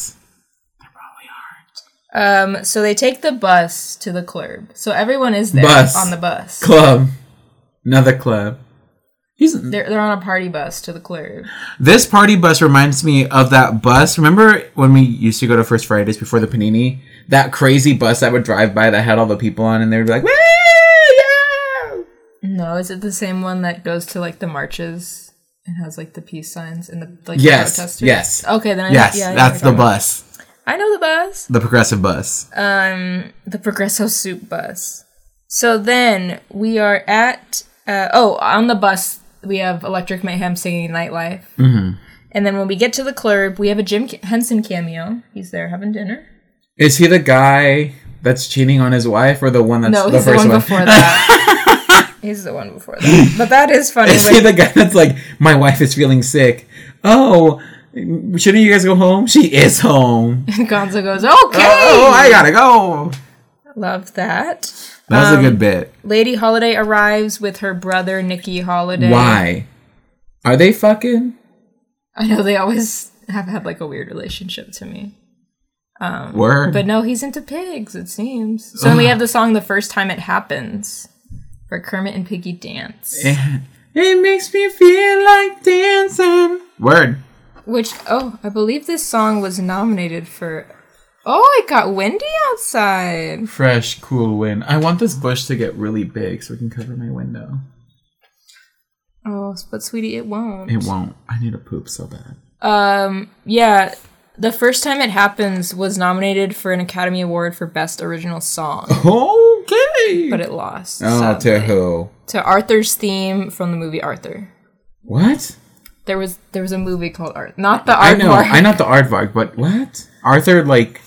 Um. So they take the bus to the club. So everyone is there
Bus.
on the bus.
Club. Another club. He's
they're, they're on a party bus to the club.
This party bus reminds me of that bus. Remember when we used to go to First Fridays before the panini? That crazy bus that would drive by that had all the people on and they would be like, "Woo!"
know. Is it the same one that goes to like the marches and has like the peace signs and the like
Yes,
protesters?
yes.
Okay, then I
Yes,
yeah, I know
that's
what you're talking
the
about.
bus.
I know the bus.
The progressive bus.
Um, the Progresso Soup bus. So then we are at uh, oh on the bus we have Electric Mayhem singing Nightlife. Mm-hmm. And then when we get to the club, we have a Jim Henson cameo. He's there having dinner.
Is he the guy that's cheating on his wife or the one that's
No,
the
he's the
first
one
one?
before that. he's the one before that. But that is funny.
Is
like-
he the guy that's like, my wife is feeling sick? Oh, shouldn't you guys go home? She is home.
Gonzo goes, okay.
Oh, I gotta go.
Love that.
That was a
Um,
good bit.
Lady Holiday arrives with her brother, Nikki Holiday.
Why? Are they fucking?
I know they always have had like a weird relationship to me.
Were?
Um, But no, he's into pigs, it seems. So then we have the song The First Time It Happens for Kermit and Piggy Dance.
it makes me feel like dancing. Word.
Which, oh, I believe this song was nominated for. Oh, it got windy outside.
Fresh, cool wind. I want this bush to get really big so we can cover my window.
Oh, but sweetie, it won't.
It won't. I need a poop so bad.
Um, yeah, the first time it happens was nominated for an Academy Award for Best Original Song,
Okay.
but it lost.
oh, to
sadly.
who?
to Arthur's theme from the movie Arthur.
What?
There was there was a movie called Arthur, not the
I
Arthur.
know. I not the Aardvark, but what? Arthur, like,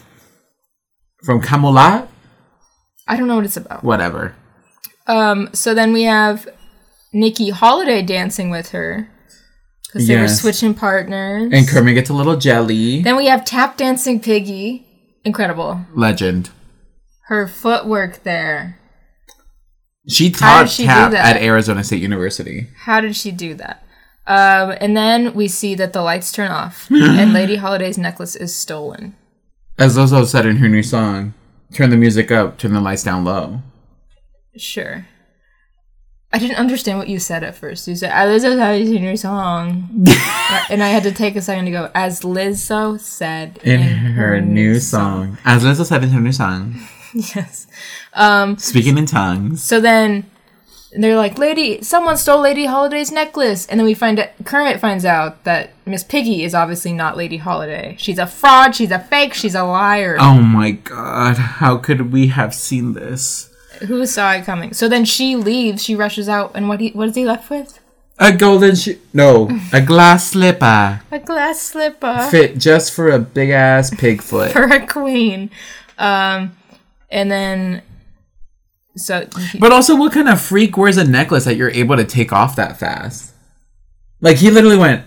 from Camelot?
I don't know what it's about.
Whatever.
Um, so then we have Nikki Holiday dancing with her because they were
Yes.
switching partners.
And Kermit gets a little jelly.
then we have tap dancing Piggy. Incredible.
Legend.
Her footwork there.
She
How
taught
did she do
tap
that?
at Arizona State University.
How did she do that? Um, and then we see that the lights turn off and Lady Holiday's necklace is stolen.
As Lizzo said in her new song, turn the music up, turn the lights down low.
Sure. I didn't understand what you said at first. You said, "I Lizzo said in your song," and I had to take a second to go. As Lizzo said
In her new song. As Lizzo said in her new song,
yes. Um,
speaking in tongues.
So then they're like, "Lady, someone stole Lady Holiday's necklace," and then we find out Kermit finds out that Miss Piggy is obviously not Lady Holiday. She's a fraud. She's a fake. She's a liar.
Oh my god, how could we have seen this?
Who saw it coming? So then she leaves. She rushes out, and what he what is he left with?
A golden sh- no, a glass slipper
A glass slipper
fit just for a big ass pig foot.
for a queen. Um, and then so
But also, what kind of freak wears a necklace that you're able to take off that fast? Like he literally went.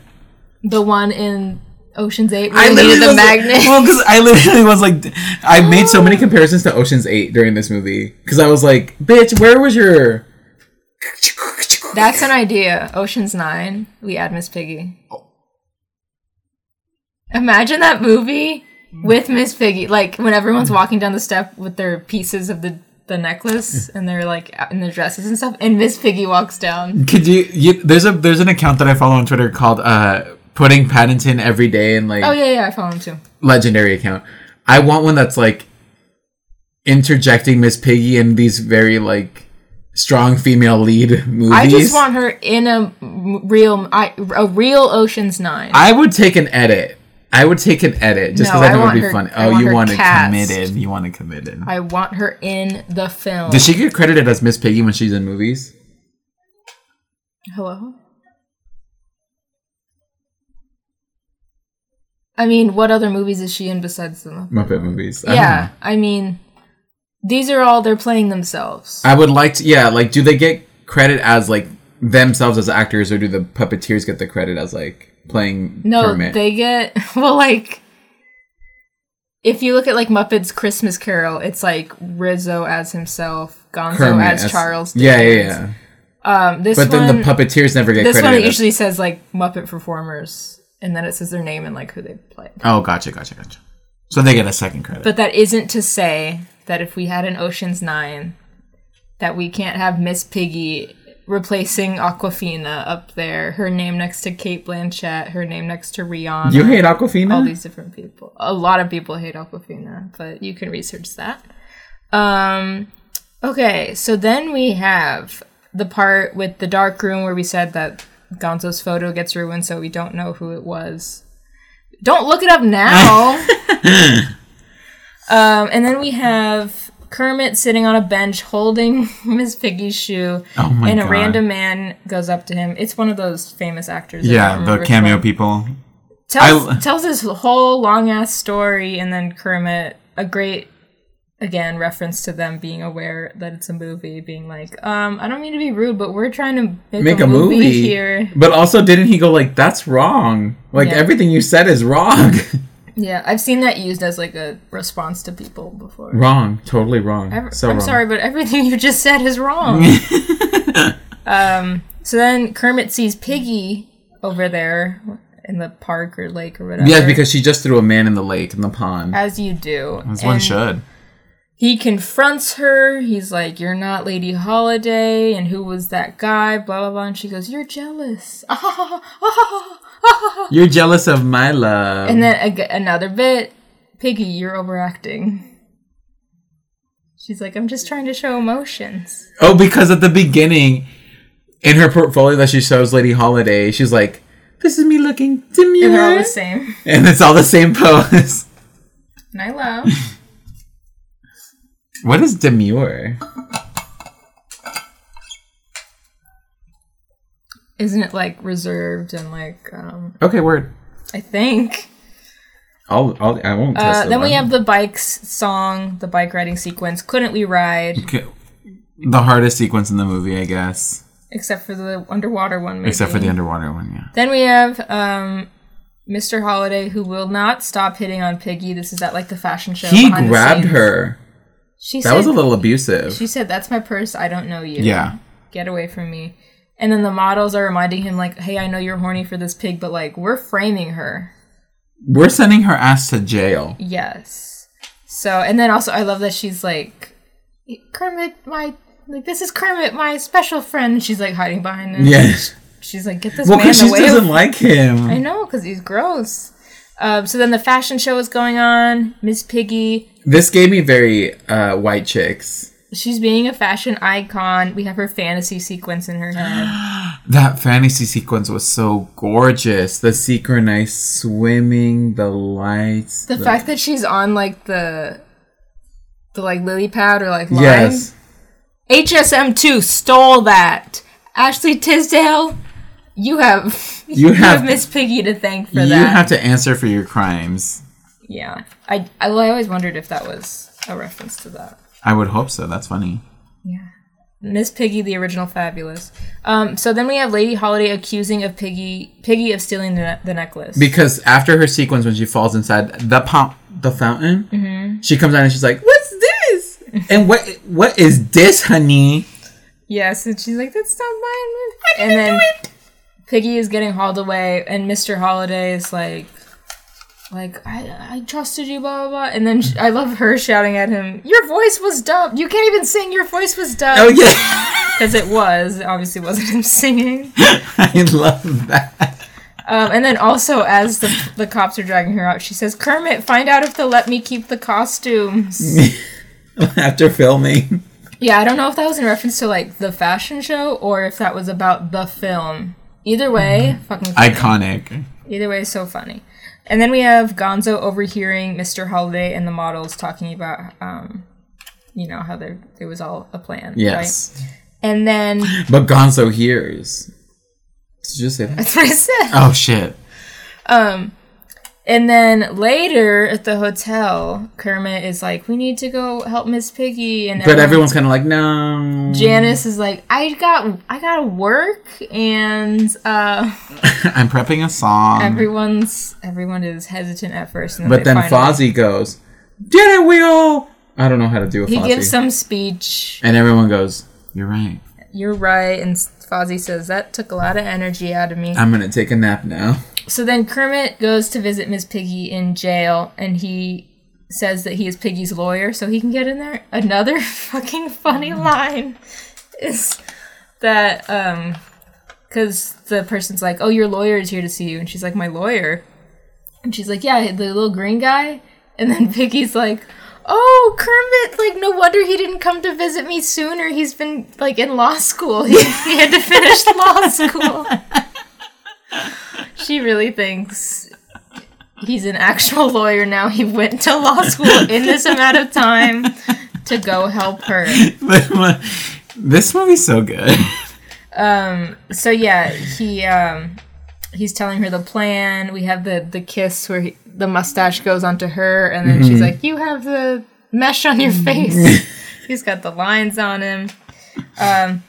the one in Ocean's Eight, where they
literally
needed the
was like-
magnet.
well, because I literally was like, I made so many comparisons to Ocean's Eight during this movie because I was like, bitch, where was your?
That's an idea. Ocean's Nine. We add Miss Piggy.
Oh.
Imagine that movie
Hmm.
with Miss Piggy. Like when everyone's walking down the step with their pieces of the the necklace
Hmm.
and they're like out in their dresses and stuff, and Miss Piggy walks down.
Could you, you? There's a there's an account that I follow on Twitter called uh Putting Paddington Every Day and like
Oh yeah, yeah, I follow him too.
legendary account. I want one that's like interjecting Miss Piggy in these very like strong female lead movies.
I just want her in a m- real, I, a real Ocean's Nine.
I would take an edit. I would take an edit just
No,
because I
I
think it
want
would be
her-
funny.
I
Oh,
want
you
her
want it
cast.
committed. You want it committed.
I want her in the film.
Does she get credited as Miss Piggy when she's in movies?
Hello. I mean, what other movies is she in besides the Muppet?
Muppet movies. I don't
Yeah,
know.
I mean, these are all they're playing themselves.
I would like to. Yeah, like do they get credit as like themselves as actors, or do the puppeteers get the credit as like playing?
No,
Kermit?
they get well, like if you look at like Muppet's Christmas Carol, it's like Rizzo as himself, Gonzo
Kermit
as Charles.
Yeah, yeah,
Dickens.
yeah.
Um, this
But
one,
then the puppeteers never get
this one
credited.
it usually says like Muppet performers, and then it says their name and like who they played.
oh, gotcha, gotcha, gotcha. So they get a second credit.
But that isn't to say that if we had an Ocean's Nine, that we can't have Miss Piggy replacing Aquafina up there. Her name next to Kate Blanchett. Her name next to Rihanna.
you hate
all
Aquafina?
these different people. A lot of people hate Aquafina, but you can research that. Um, okay, so then we have the part with the dark room where we said that Gonzo's photo gets ruined, so we don't know who it was. Don't look it up now. um, and then we have Kermit sitting on a bench holding Miss Piggy's shoe,
Oh my
and a
God.
random man goes up to him. It's one of those famous actors. I don't
Yeah, the
remember
cameo
from-
people.
tells
I-
tells this whole long ass story, and then Kermit, a great again reference to them being aware that it's a movie, being like, um, I don't mean to be rude, but we're trying to make,
Make a movie,
here.
But also, didn't he go like, "That's wrong. Like
Yeah.
everything you said is wrong.
Yeah, I've seen that used as like a response to people before.
wrong. Totally wrong.
Ever-
so
I'm
wrong.
sorry, but everything you just said is wrong. um, so then Kermit sees Piggy over there in the park or lake or whatever.
Yes, because she just threw a man in the lake in the pond.
as you do,
As one
and-
should.
he confronts her. He's like, "You're not Lady Holiday, and who was that guy?" Blah blah blah. And she goes, "You're jealous."
You're jealous of my love.
and then ag- another bit, Piggy, you're overacting. She's like, "I'm just trying to show emotions."
oh, because at the beginning, in her portfolio that she shows Lady Holiday, she's like, "This is me looking
And they're all
demure,"
the same.
and it's all the same pose.
And I love.
what is demure?
Isn't it like reserved and like um,
Okay, word.
I think.
I'll, I'll I won't test
Uh,
it
then we
then.
have the bikes song, the bike riding sequence. Couldn't we ride?
Okay. the hardest sequence in the movie, I guess,
Except for the underwater one. Maybe.
except for the underwater one. Yeah.
Then we have um, Mr. Holiday, who will not stop hitting on Piggy. This is at like the fashion show.
He
behind the
grabbed
scenes.
her.
She
That
said,
was a little abusive.
She said, "That's my purse. I don't know you.
Yeah.
get away from me." And then the models are reminding him, like, "Hey, I know you're horny for this pig, but like, we're framing her."
We're sending her ass to jail.
Yes. So, and then also, I love that she's like, "Kermit, my like, this is Kermit, my special friend." She's like hiding behind him.
Yes.
She's like, "Get this
Well,
man
because she
away
doesn't like him.
I know, because he's gross. Um, so then the fashion show is going on. Miss Piggy,
This gave me very uh, white chicks.
she's being a fashion icon. We have her fantasy sequence in her head.
That fantasy sequence was so gorgeous. The synchronized swimming, the lights.
The fact that she's on like the, the like lily pad or like line.
yes,
HSM2 stole that. Ashley Tisdale, you have you, have,
have-
Miss Piggy to thank for
you
that.
have to answer for your crimes.
yeah, I I, well, I always wondered if that was a reference to that.
I would hope so. That's funny.
Miss Piggy, the original fabulous. Um, so then we have Lady Holiday accusing of Piggy Piggy of stealing the, ne- the necklace.
Because after her sequence, when she falls inside the pump, the fountain,
Mm-hmm.
she comes out and she's like, "What's this? and what what is this, honey?"
yes, and she's like, "That's not mine." and then Piggy is getting hauled away, and Mr. Holiday is like, "Like I, I trusted you, blah blah blah." And then sh- I love her shouting at him, "Your voice was dubbed. You can't even sing. Your voice was
Oh
dubbed
yeah,
because it was obviously wasn't him singing."
I love that.
Um, and then also, as the, the cops are dragging her out, she says, "Kermit, find out if they'll let me keep the costumes."
after filming,
Yeah, I don't know if that was in reference to like the fashion show or if that was about the film. Either way,
Mm-hmm.
fucking funny.
iconic.
Either way, so funny. And then we have Gonzo overhearing Mr. Holiday and the models talking about, um, you know, how there it was all a plan.
Yes,
Right? And then
but Gonzo hears. Did you just say that?
that's what I said.
Oh shit.
And then later at the hotel, Kermit is like, "We need to go help Miss Piggy," and
But everyone's kind of like, no.
Janice is like, "I got, I got to work," and uh,
I'm prepping a song.
everyone's everyone is hesitant at first, and then
Mm-hmm. but
they
then
finally-
Fozzie goes, did it, we all? I don't know how to do a
He
Fozzie.
gives some speech.
and everyone goes, you're right.
You're right, and Fozzie says that took a lot of energy out of me.
I'm going to take a nap now.
So then Kermit goes to visit Miss Piggy in jail, and he says that he is Piggy's lawyer, so he can get in there. Another fucking funny line is that um, because the person's like, "Oh, your lawyer is here to see you," and she's like, "My lawyer," and she's like, "Yeah, the little green guy," and then Piggy's like. "Oh, Kermit! Like, no wonder he didn't come to visit me sooner. He's been like in law school. He, he had to finish law school." she really thinks he's an actual lawyer now. He went to law school in this amount of time to go help her.
this movie's so good.
Um, so yeah, he um, he's telling her the plan. We have the the kiss where he, the mustache goes onto her, and then
Mm-hmm.
she's like, "You have the mesh on your face." he's got the lines on him. Um,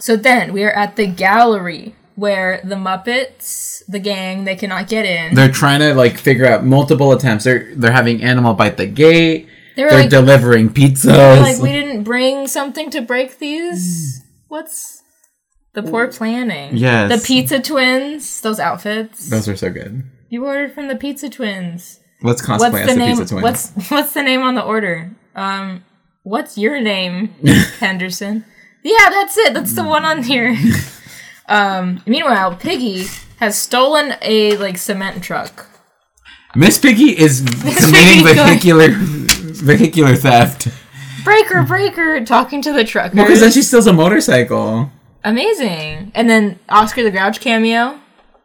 so then we are at the gallery where the Muppets, the gang, they cannot get in.
They're trying to like figure out multiple attempts. They're they're having animal bite the gate.
They
They're,
were like-
delivering pizzas.
like we didn't bring something to break these. What's the poor planning?
Mm. Yes.
the pizza twins. Those outfits
Those are so good.
you ordered from the pizza twins.
Let's cosplay
What's
as
the
the
name?
pizza twins.
What's what's the name on the order? Um, what's your name, Henderson? Yeah, that's it. That's the one on here. um, meanwhile, Piggy has stolen a like cement truck.
Miss Piggy is
Piggy
committing
going-
vehicular vehicular theft
Breaker, breaker, talking to the trucker.
because then she steals a motorcycle
Amazing. And then Oscar the Grouch cameo.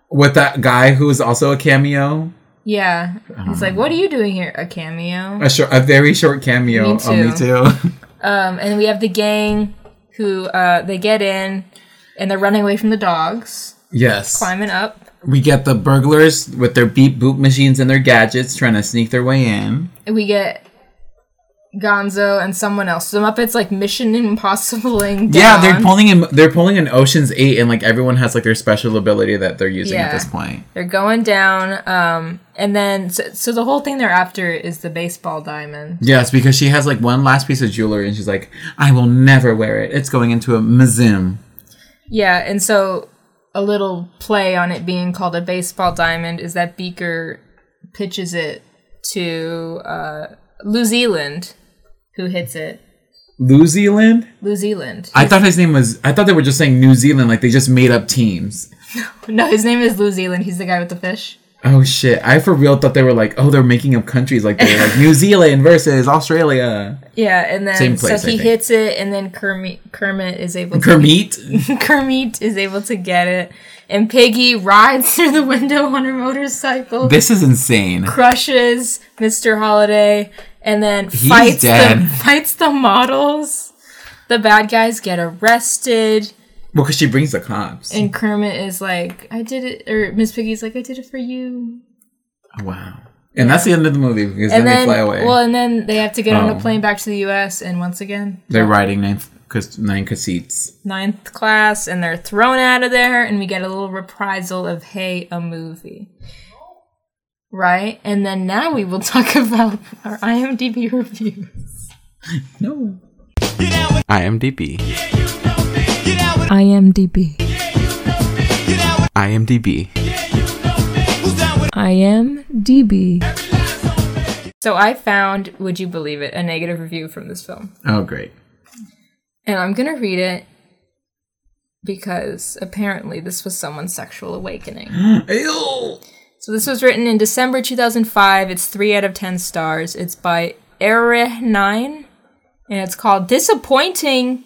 with that guy who is also a cameo,
Yeah. He's like, what are you doing here? A cameo.
a short, a very short cameo.
Me
Oh, me too.
Um, and we have the gang who uh, they get in and they're running away from the dogs,
yes,
climbing up.
we get the burglars with their beep boop machines and their gadgets trying to sneak their way in.
And we get Gonzo and someone else. So Muppets like Mission Impossibling.
Yeah, they're
down.
pulling in. They're pulling in Ocean's Eight, and like everyone has like their special ability that they're using at
Yeah.
this point.
They're going down. Um, and then so, so the whole thing they're after is the baseball diamond.
Yes, because she has like one last piece of jewelry, and she's like, "I will never wear it. It's going into a museum."
Yeah, and so a little play on it being called a baseball diamond is that Beaker pitches it to uh, New Zealand, who hits it.
New Zealand.
New Zealand.
I thought his name was. I thought they were just saying New Zealand, like they just made up teams.
No, his name is New Zealand. He's the guy with the fish.
Oh shit! I for real thought they were like, oh, they're making up countries, like they're like New Zealand versus Australia.
Yeah, and then
Same place,
so
I
he
think.
hits it, and then Kermit Kermit is able to
Kermit.
Kermit is able to get it, and Piggy rides through the window on her motorcycle,
This is insane.
crushes Mr. Holiday, and then fights the
dead.
fights the models. The bad guys get arrested,
Well, because she brings the cops.
and Kermit is like, "I did it," or Miss Piggy's like, "I did it for you."
wow. And that's the end of the movie because then,
And then,
they fly away.
well, and then they have to get on
Oh.
a plane back to the U.S. and once again
they're riding nine, cause nine cassettes.
ninth class and they're thrown out of there and we get a little reprisal of hey a movie right and then now we will talk about our imdb review
No.
IMDb.
imdb
IMDb.
imdb so i found would you believe it a negative review from this film
Oh great.
and i'm gonna read it because apparently this was someone's sexual awakening
Ew.
So this was written in December 2005. It's 3 out of 10 stars. It's by Ereh9 and it's called Disappointing.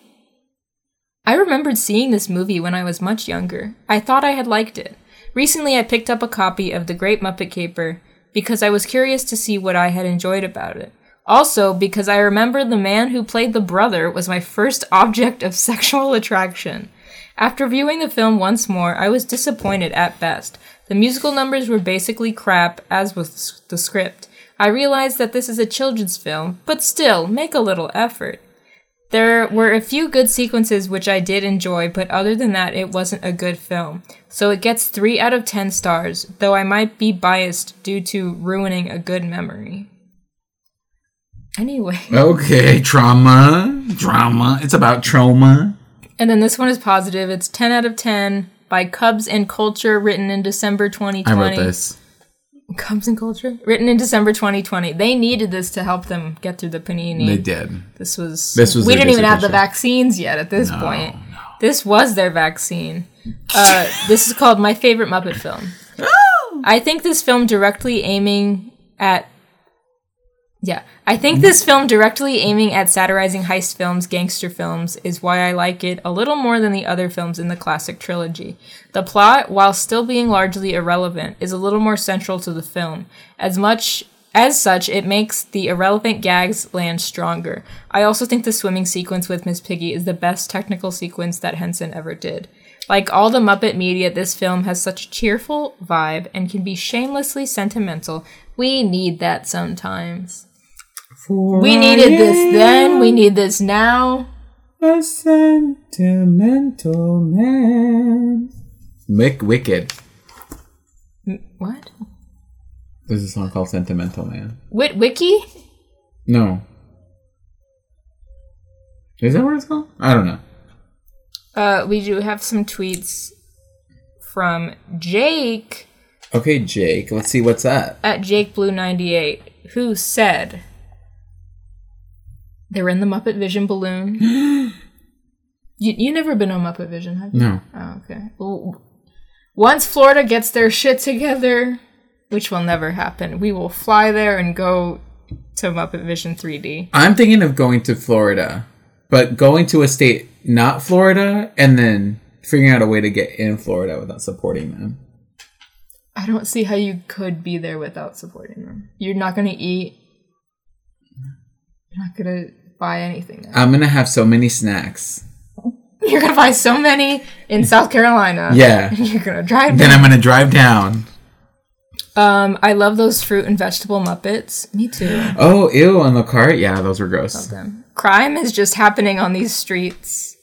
I remembered seeing this movie when I was much younger. I thought I had liked it. Recently I picked up a copy of The Great Muppet Caper because I was curious to see what I had enjoyed about it. Also, because I remembered the man who played the brother was my first object of sexual attraction. After viewing the film once more, I was disappointed at best. The musical numbers were basically crap, as was the s- the script. I realized that this is a children's film, but still, make a little effort. There were a few good sequences which I did enjoy, but other than that, it wasn't a good film. So it gets 3 out of 10 stars, though I might be biased due to ruining a good memory. Anyway.
Okay. Trauma. Drama. It's about trauma.
And then this one is positive. It's 10 out of 10 by Cubs and Culture, written in December 2020.
I wrote this.
Cubs and Culture? Written in December 2020. They needed this to help them get through the panini.
They did.
This was.
This was
we
their
didn't even have the
dissertation.
vaccines yet at this point. This was their vaccine. Uh, this is called My Favorite Muppet Film. I think this film directly aiming at Yeah. I think this film, directly aiming at satirizing heist films, gangster films, is why I like it a little more than the other films in the classic trilogy. The plot, while still being largely irrelevant, is a little more central to the film. As much as such, it makes the irrelevant gags land stronger. I also think the swimming sequence with Miss Piggy is the best technical sequence that Henson ever did. Like all the Muppet media, this film has such a cheerful vibe and can be shamelessly sentimental. We need that sometimes. we needed this then, we need this now.
A sentimental man. Mick Wicked.
What?
There's a song called Sentimental Man.
Wit Wiki?
No. Is that what it's called? I don't know.
Uh, we do have some tweets from Jake
Okay, Jake, let's see what's up.
at Jake Blue 98 who said they're in the Muppet Vision balloon. you you never been on Muppet Vision, have you?
No.
Oh, okay. Well, once Florida gets their shit together, which will never happen, we will fly there and go to Muppet Vision 3D.
I'm thinking of going to Florida, but going to a state not Florida and then figuring out a way to get in Florida without supporting them.
I don't see how you could be there without supporting them. You're not gonna eat. You're not gonna buy anything.
I'm gonna have so many snacks.
You're gonna buy so many in South Carolina.
Yeah.
You're gonna drive
then
back.
I'm gonna drive down.
Um, I love those fruit and vegetable muppets. Me too.
Oh, ew, on the cart? Yeah, those were gross.
Them. Crime is just happening on these streets.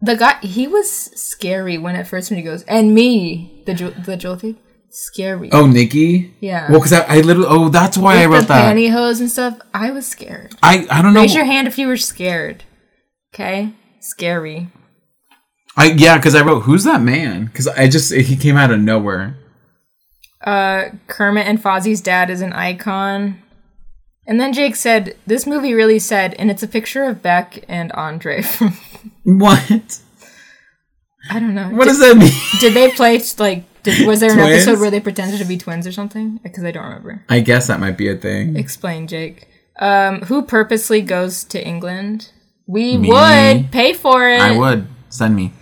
The guy, he was scary when at first when he goes, and me, the ju- the jewel thief, scary.
Oh, Nikki?
Yeah.
Well, because I, I literally, oh, that's why
With
I wrote
the
that.
pantyhose and stuff. I was scared.
I, I don't know.
Raise your hand if you were scared. Okay, scary.
I, yeah, because I wrote, who's that man? Because I just, he came out of nowhere.
uh, Kermit and Fozzie's dad is an icon. And then Jake said, This movie really said, and it's a picture of Beck and Andre from.
What?
I don't know.
What
did,
does that mean?
did they play, like, did, was there an episode
Twins?
where they pretended to be twins or something? Because I don't remember.
I guess that might be a thing.
Explain, Jake. Um, who purposely goes to England? We would pay for it.
I would. Send me.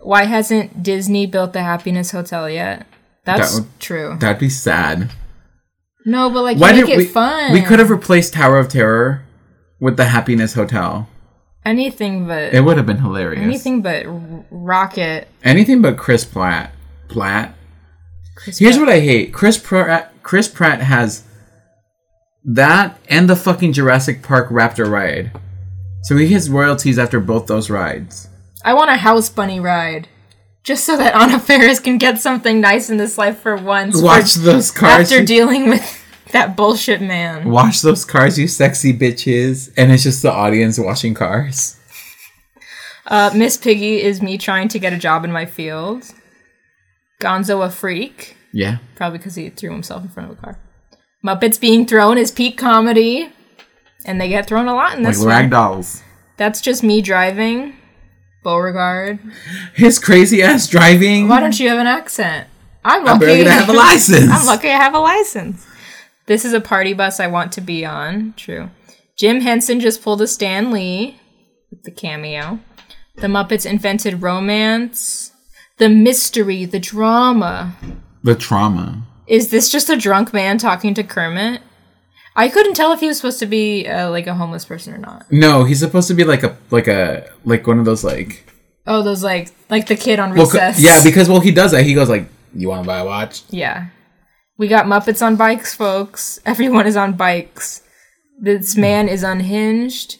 Why hasn't Disney built the Happiness Hotel yet? That's
would-
true.
That'd be sad.
no, but like,
Why
make
did
it
we?
fun.
We could have replaced Tower of Terror with the Happiness Hotel.
anything but
It would have been hilarious. Anything,
anything but r- rocket.
anything but Chris Platt. Platt.
Chris
Here's what I hate: Chris Pratt. Chris Pratt has that and the fucking Jurassic Park Raptor ride. So he gets royalties after both those rides.
I want a house bunny ride. Just so that Anna Ferris can get something nice in this life for once. for-
Watch those cars.
after dealing with that bullshit man.
Wash those cars, you sexy bitches. And it's just the audience washing cars.
Uh, Miss Piggy is me trying to get a job in my field. Gonzo a freak.
Yeah.
Probably because he threw himself in front of a car. Muppets being thrown is peak comedy. And they get thrown a lot in
Like
this one.
rag dolls.
That's just me driving. Beauregard.
His crazy ass driving.
Why don't you have an accent? I'm lucky.
I'm barely gonna have a license.
I'm lucky I have a license. This is a party bus I want to be on. True. Jim Henson just pulled a Stan Lee with the cameo. The Muppets invented romance. The mystery, the drama.
The trauma.
Is this just a drunk man talking to Kermit? I couldn't tell if he was supposed to be uh, like a homeless person or not.
No, he's supposed to be like a like a like one of those like
Oh, those like like the kid on
well, c-
recess.
yeah because well he does that he goes like you want to buy a watch
Yeah. We got Muppets on bikes, folks. Everyone is on bikes. This
Hmm.
man is unhinged.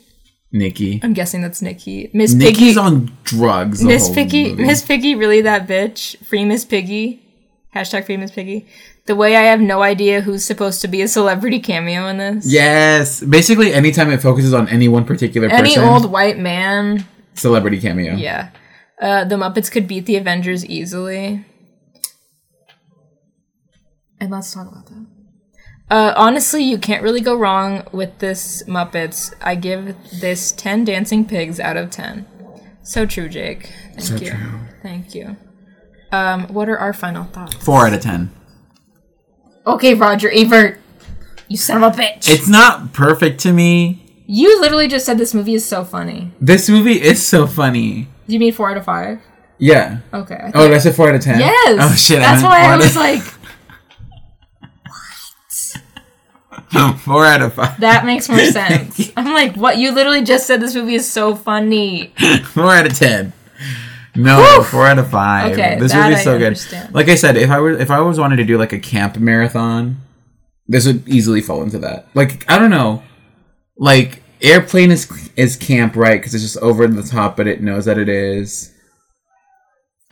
Nikki
I'm guessing that's Nikki. Miss
Nikki's
Piggy.
on drugs the
Miss
whole
Piggy.
movie.
Miss Piggy, really that bitch. Free Miss Piggy. Hashtag free Miss Piggy. The way I have no idea who's supposed to be a celebrity cameo in this.
yes basically anytime it focuses on any one particular
Any
person
old white man.
celebrity cameo
Yeah. Uh, the Muppets could beat the Avengers easily. And let's talk about that. Uh, honestly, you can't really go wrong with this Muppets. I give this 10 dancing pigs out of 10. So true, Jake. Thank you. Thank you. Um, what are our final thoughts?
four out of ten
Okay, Roger Ebert. You son of a bitch.
It's not perfect to me.
you literally just said this movie is so funny.
This movie is so funny.
Do you mean four out of five?
Yeah.
Okay. I
Oh, that's a four out of ten.
Yes.
Oh shit.
That's
haven't
why I
wanted-
was like,
four out of five.
that makes more sense. I'm like, what? You literally just said this movie is so funny.
Four out of ten. No, four out of five.
Okay,
this
that
would be
I
so good.
understand.
Like I said, if I were if I always wanted to do like a camp marathon, this would easily fall into that. Like I don't know, like airplane is is camp right because it's just over the top, but it knows that it is.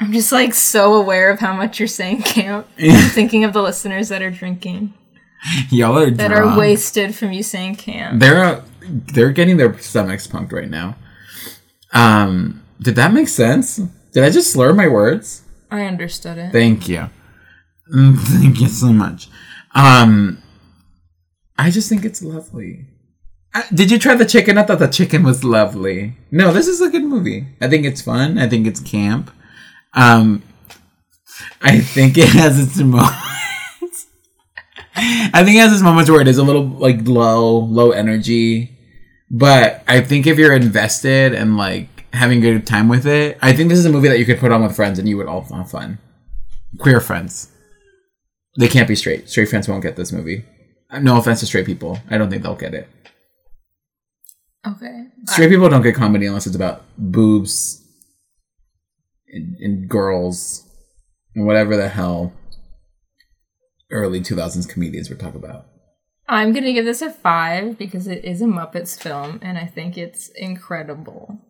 I'm just like so aware of how much you're saying camp. I'm thinking of the listeners that are drinking,
Y'all are
that are wasted from you saying camp.
They're uh, they're getting their stomachs pumped right now. Um, did that make sense? Did I just slur my words?
I understood it.
Thank you. Mm, Thank you so much. Um, I just think it's lovely. Uh, did you try the chicken? I thought the chicken was lovely. No, this is a good movie. I think it's fun. I think it's camp. Um, I think it has its moments. I think it has its moments where it is a little like low, low energy. But I think if you're invested and like having a good time with it, I think this is a movie that you could put on with friends and you would all have fun. Queer friends. They can't be straight. Straight friends won't get this movie. Uh, No offense to straight people. I don't think they'll get it.
okay.
Straight people don't get comedy unless it's about boobs and, and girls and whatever the hell early 2000s comedians would talk about.
I'm gonna give this a five because it is a Muppets film, and I think it's incredible.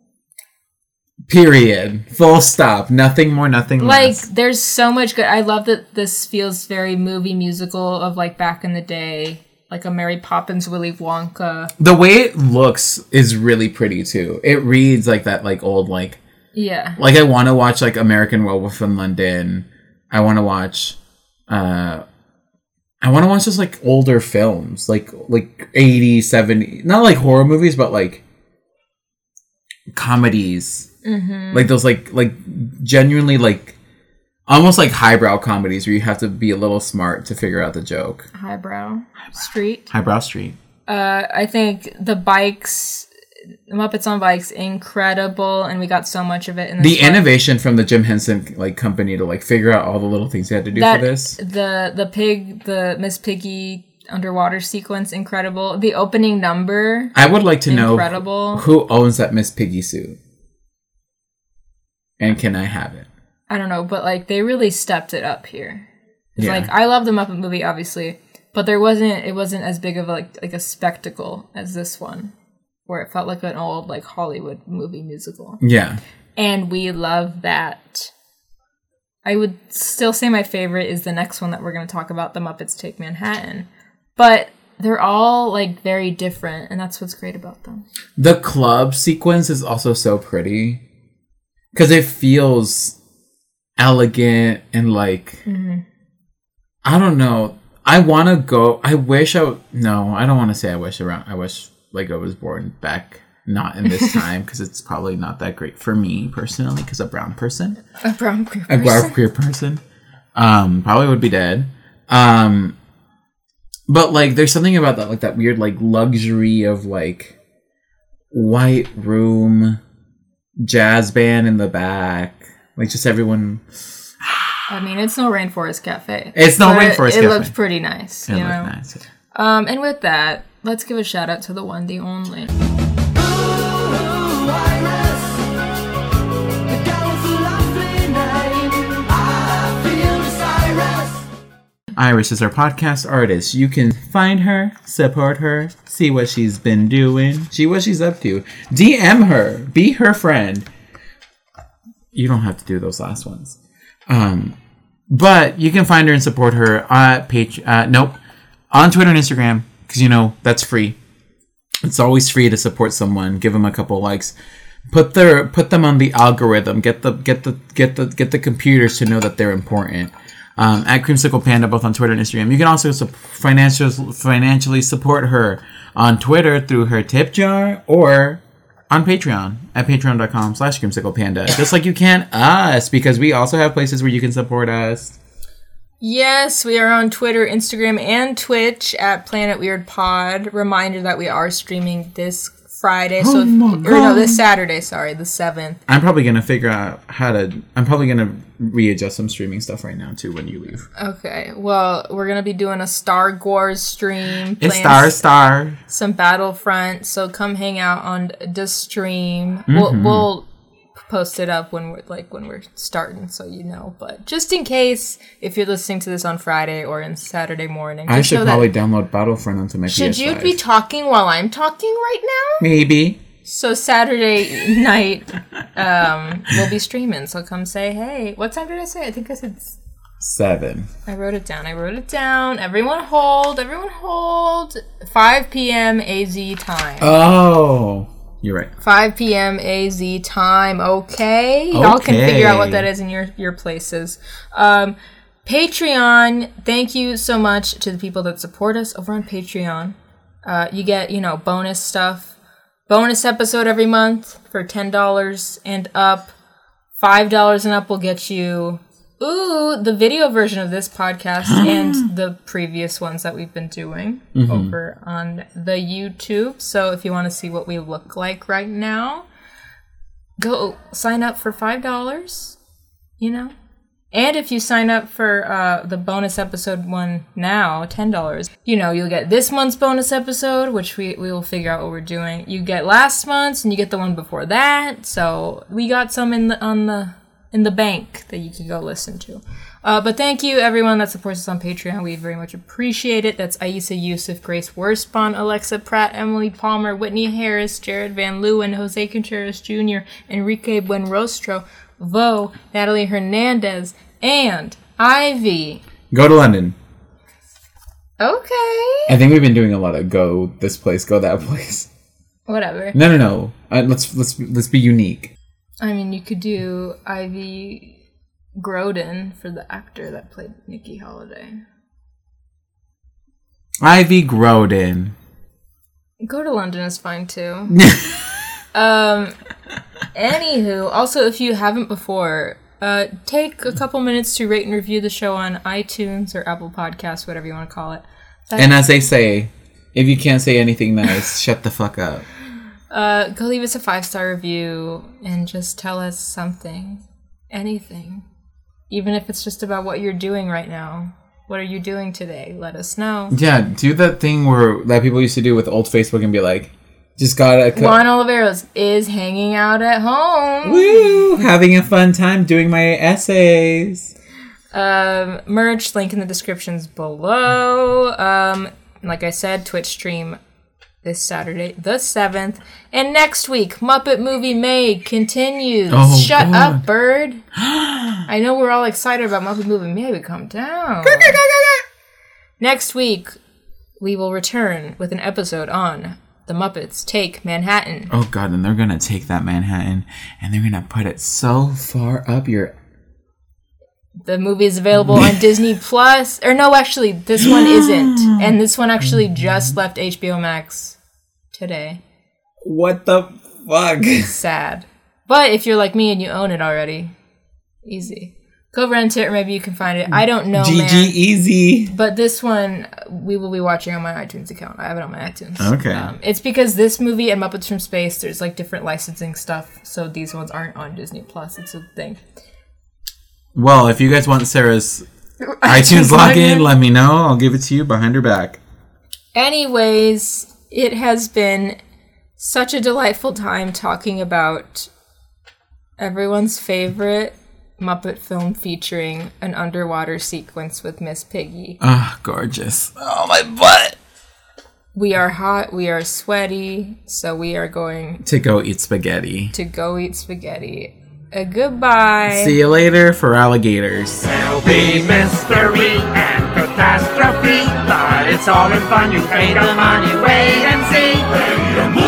Period. Full stop. Nothing more, nothing
Like,
less.
there's so much good. I love that this feels very movie musical of like back in the day, like a Mary Poppins, Willy Wonka.
The way it looks is really pretty too. It reads like that like old like
Yeah.
like I want to watch like American Werewolf in London. I want to watch uh I want to watch just like older films, like like 80, 70, not like horror movies but like comedies.
Mm-hmm.
Like those like like genuinely like almost like highbrow comedies where you have to be a little smart to figure out the joke.
Highbrow Street.
Highbrow Street.
Uh, I think the bikes, the Muppets on Bikes, incredible, and we got so much of it in this
the
one.
innovation from the Jim Henson like company to like figure out all the little things they had to do
that
for this.
the the pig, the Miss Piggy underwater sequence, incredible. The opening number,
I would like to
Incredible.
know who owns that Miss Piggy suit, and can I have it?
I don't know, but like they really stepped it up here. It's
Yeah.
Like I love the Muppet movie, obviously, but there wasn't it wasn't as big of a, like like a spectacle as this one, where it felt like an old like Hollywood movie musical,
Yeah,
and we love that. I would still say my favorite is the next one that we're going to talk about, The Muppets Take Manhattan, but they're all like very different, and that's what's great about them.
the club sequence is also so pretty because it feels elegant and like I don't know. I want to go. I wish I w- no. I don't want to say I wish around. I wish like I was born back not in this time because it's probably not that great for me personally because a brown person
A brown queer
a brown queer person um probably would be dead um but like there's something about that like that weird like luxury of like white room jazz band in the back like just everyone
I mean, it's no rainforest cafe.
It's no
But
Rainforest
it,
Cafe.
It looked pretty nice.
it
you
looked
know?
nice.
Um, and with that, let's give a shout out to the one, the only.
Iris is our podcast artist. You can find her, support her, see what she's been doing, see what she's up to. DM her, be her friend. You don't have to do those last ones. Um, but you can find her and support her at page. Uh, nope, on Twitter and Instagram because you know that's free. It's always free to support someone. Give them a couple likes. Put their put them on the algorithm. Get the get the get the get the computers to know that they're important. Um, at Creamsicle Panda, both on Twitter and Instagram. You can also su- financial, financially support her on Twitter through her tip jar or on Patreon at patreon.com slash creamsicle panda. Just like you can us, because we also have places where you can support us.
Yes, we are on Twitter, Instagram, and Twitch at Planet Weird Pod. Reminder that we are streaming this Friday, so
Oh
if,
my
or no,
God.
this Saturday. Sorry, the seventh.
I'm probably gonna figure out how to. I'm probably gonna readjust some streaming stuff right now too when you leave.
Okay, well, we're gonna be doing a Star Wars stream.
It's
playing
Star Star.
some Battlefront, so come hang out on the stream.
Mm-hmm.
We'll, we'll post it up when we're like when we're starting, so you know. But just in case, if you're listening to this on Friday or on Saturday morning,
I
just
should
know that-
probably download Battlefront onto my
Should
PS5.
you be talking while I'm talking right now?
Maybe.
So Saturday night, um, we'll be streaming. So come say hey. What time did I say? I think I said s-
Seven.
I wrote it down. I wrote it down. Everyone hold. Everyone hold. 5 p.m. AZ time.
Oh. You're right.
5 p.m. AZ time. Okay. Y'all can figure out what
Okay.
that is in your, your places. Um, Patreon, thank you so much to the people that support us over on Patreon. Uh, you get, you know, bonus stuff, bonus episode every month for $10 and up. $5 and up will get you, ooh, the video version of this podcast and the previous ones that we've been doing over on the YouTube. So if you want to see what we look like right now, go sign up for $5, you know? And if you sign up for uh, the bonus episode one now, ten dollars, you know you'll get this month's bonus episode, which we, we will figure out what we're doing. You get last month's, and you get the one before that. So we got some in the on the in the bank that you can go listen to. Uh, but thank you everyone that supports us on Patreon. We very much appreciate it. That's Aisa Yusuf, Grace Worspawn, Alexa Pratt, Emily Palmer, Whitney Harris, Jared Van Leeuwen, Jose Contreras Jr., Enrique Buenrostro, Vo, Natalie Hernandez, and Ivy.
Go to London.
Okay.
I think we've been doing a lot of go this place, go that place.
Whatever.
No, no, no. Uh, let's let's let's be unique.
I mean, you could do Ivy Groden for the actor that played Nikki Holiday.
Ivy Groden.
Go to London is fine too. um, anywho, also if you haven't before, uh, take a couple minutes to rate and review the show on iTunes or Apple Podcasts, whatever you want to call it.
And as they say, if you can't say anything nice, shut the fuck up.
Uh, go leave us a five star review and just tell us something, anything, even if it's just about what you're doing right now. What are you doing today? Let us know.
Yeah, do that thing where that people used to do with old Facebook and be like, just gotta co-
Juan Oliveros is hanging out at home.
Woo! Having a fun time doing my essays.
um, merch link in the descriptions below um, like i said twitch stream this saturday the 7th and next week muppet movie made continues
Oh,
shut
God.
up bird i know we're all excited about muppet movie made but calm down next week we will return with an episode on the muppets take manhattan
Oh god, and they're gonna take that Manhattan and they're gonna put it so far up your
The movie is available on Disney Plus. Or no, actually, this one isn't. And this one actually just left HBO Max today.
What the fuck?
Sad. But if you're like me and you own it already, easy. Go rent it, or maybe you can find it. I don't know,
GG
man.
easy.
But this one uh, we will be watching on my iTunes account. I have it on my iTunes.
Okay.
Um, it's because this movie and Muppets from Space, there's like different licensing stuff, so these ones aren't on Disney Plus. It's a thing.
Well, if you guys want Sarah's iTunes login, let me know. I'll give it to you behind her back.
Anyways, it has been such a delightful time talking about everyone's favorite Muppet film featuring an underwater sequence with Miss Piggy.
Ah, gorgeous. Oh my butt.
We are hot, we are sweaty, so we are going
To go eat spaghetti.
to go eat spaghetti. A goodbye.
See you later for alligators.
There'll be mystery and catastrophe, but it's all in fun. You fade them on, you wait and see.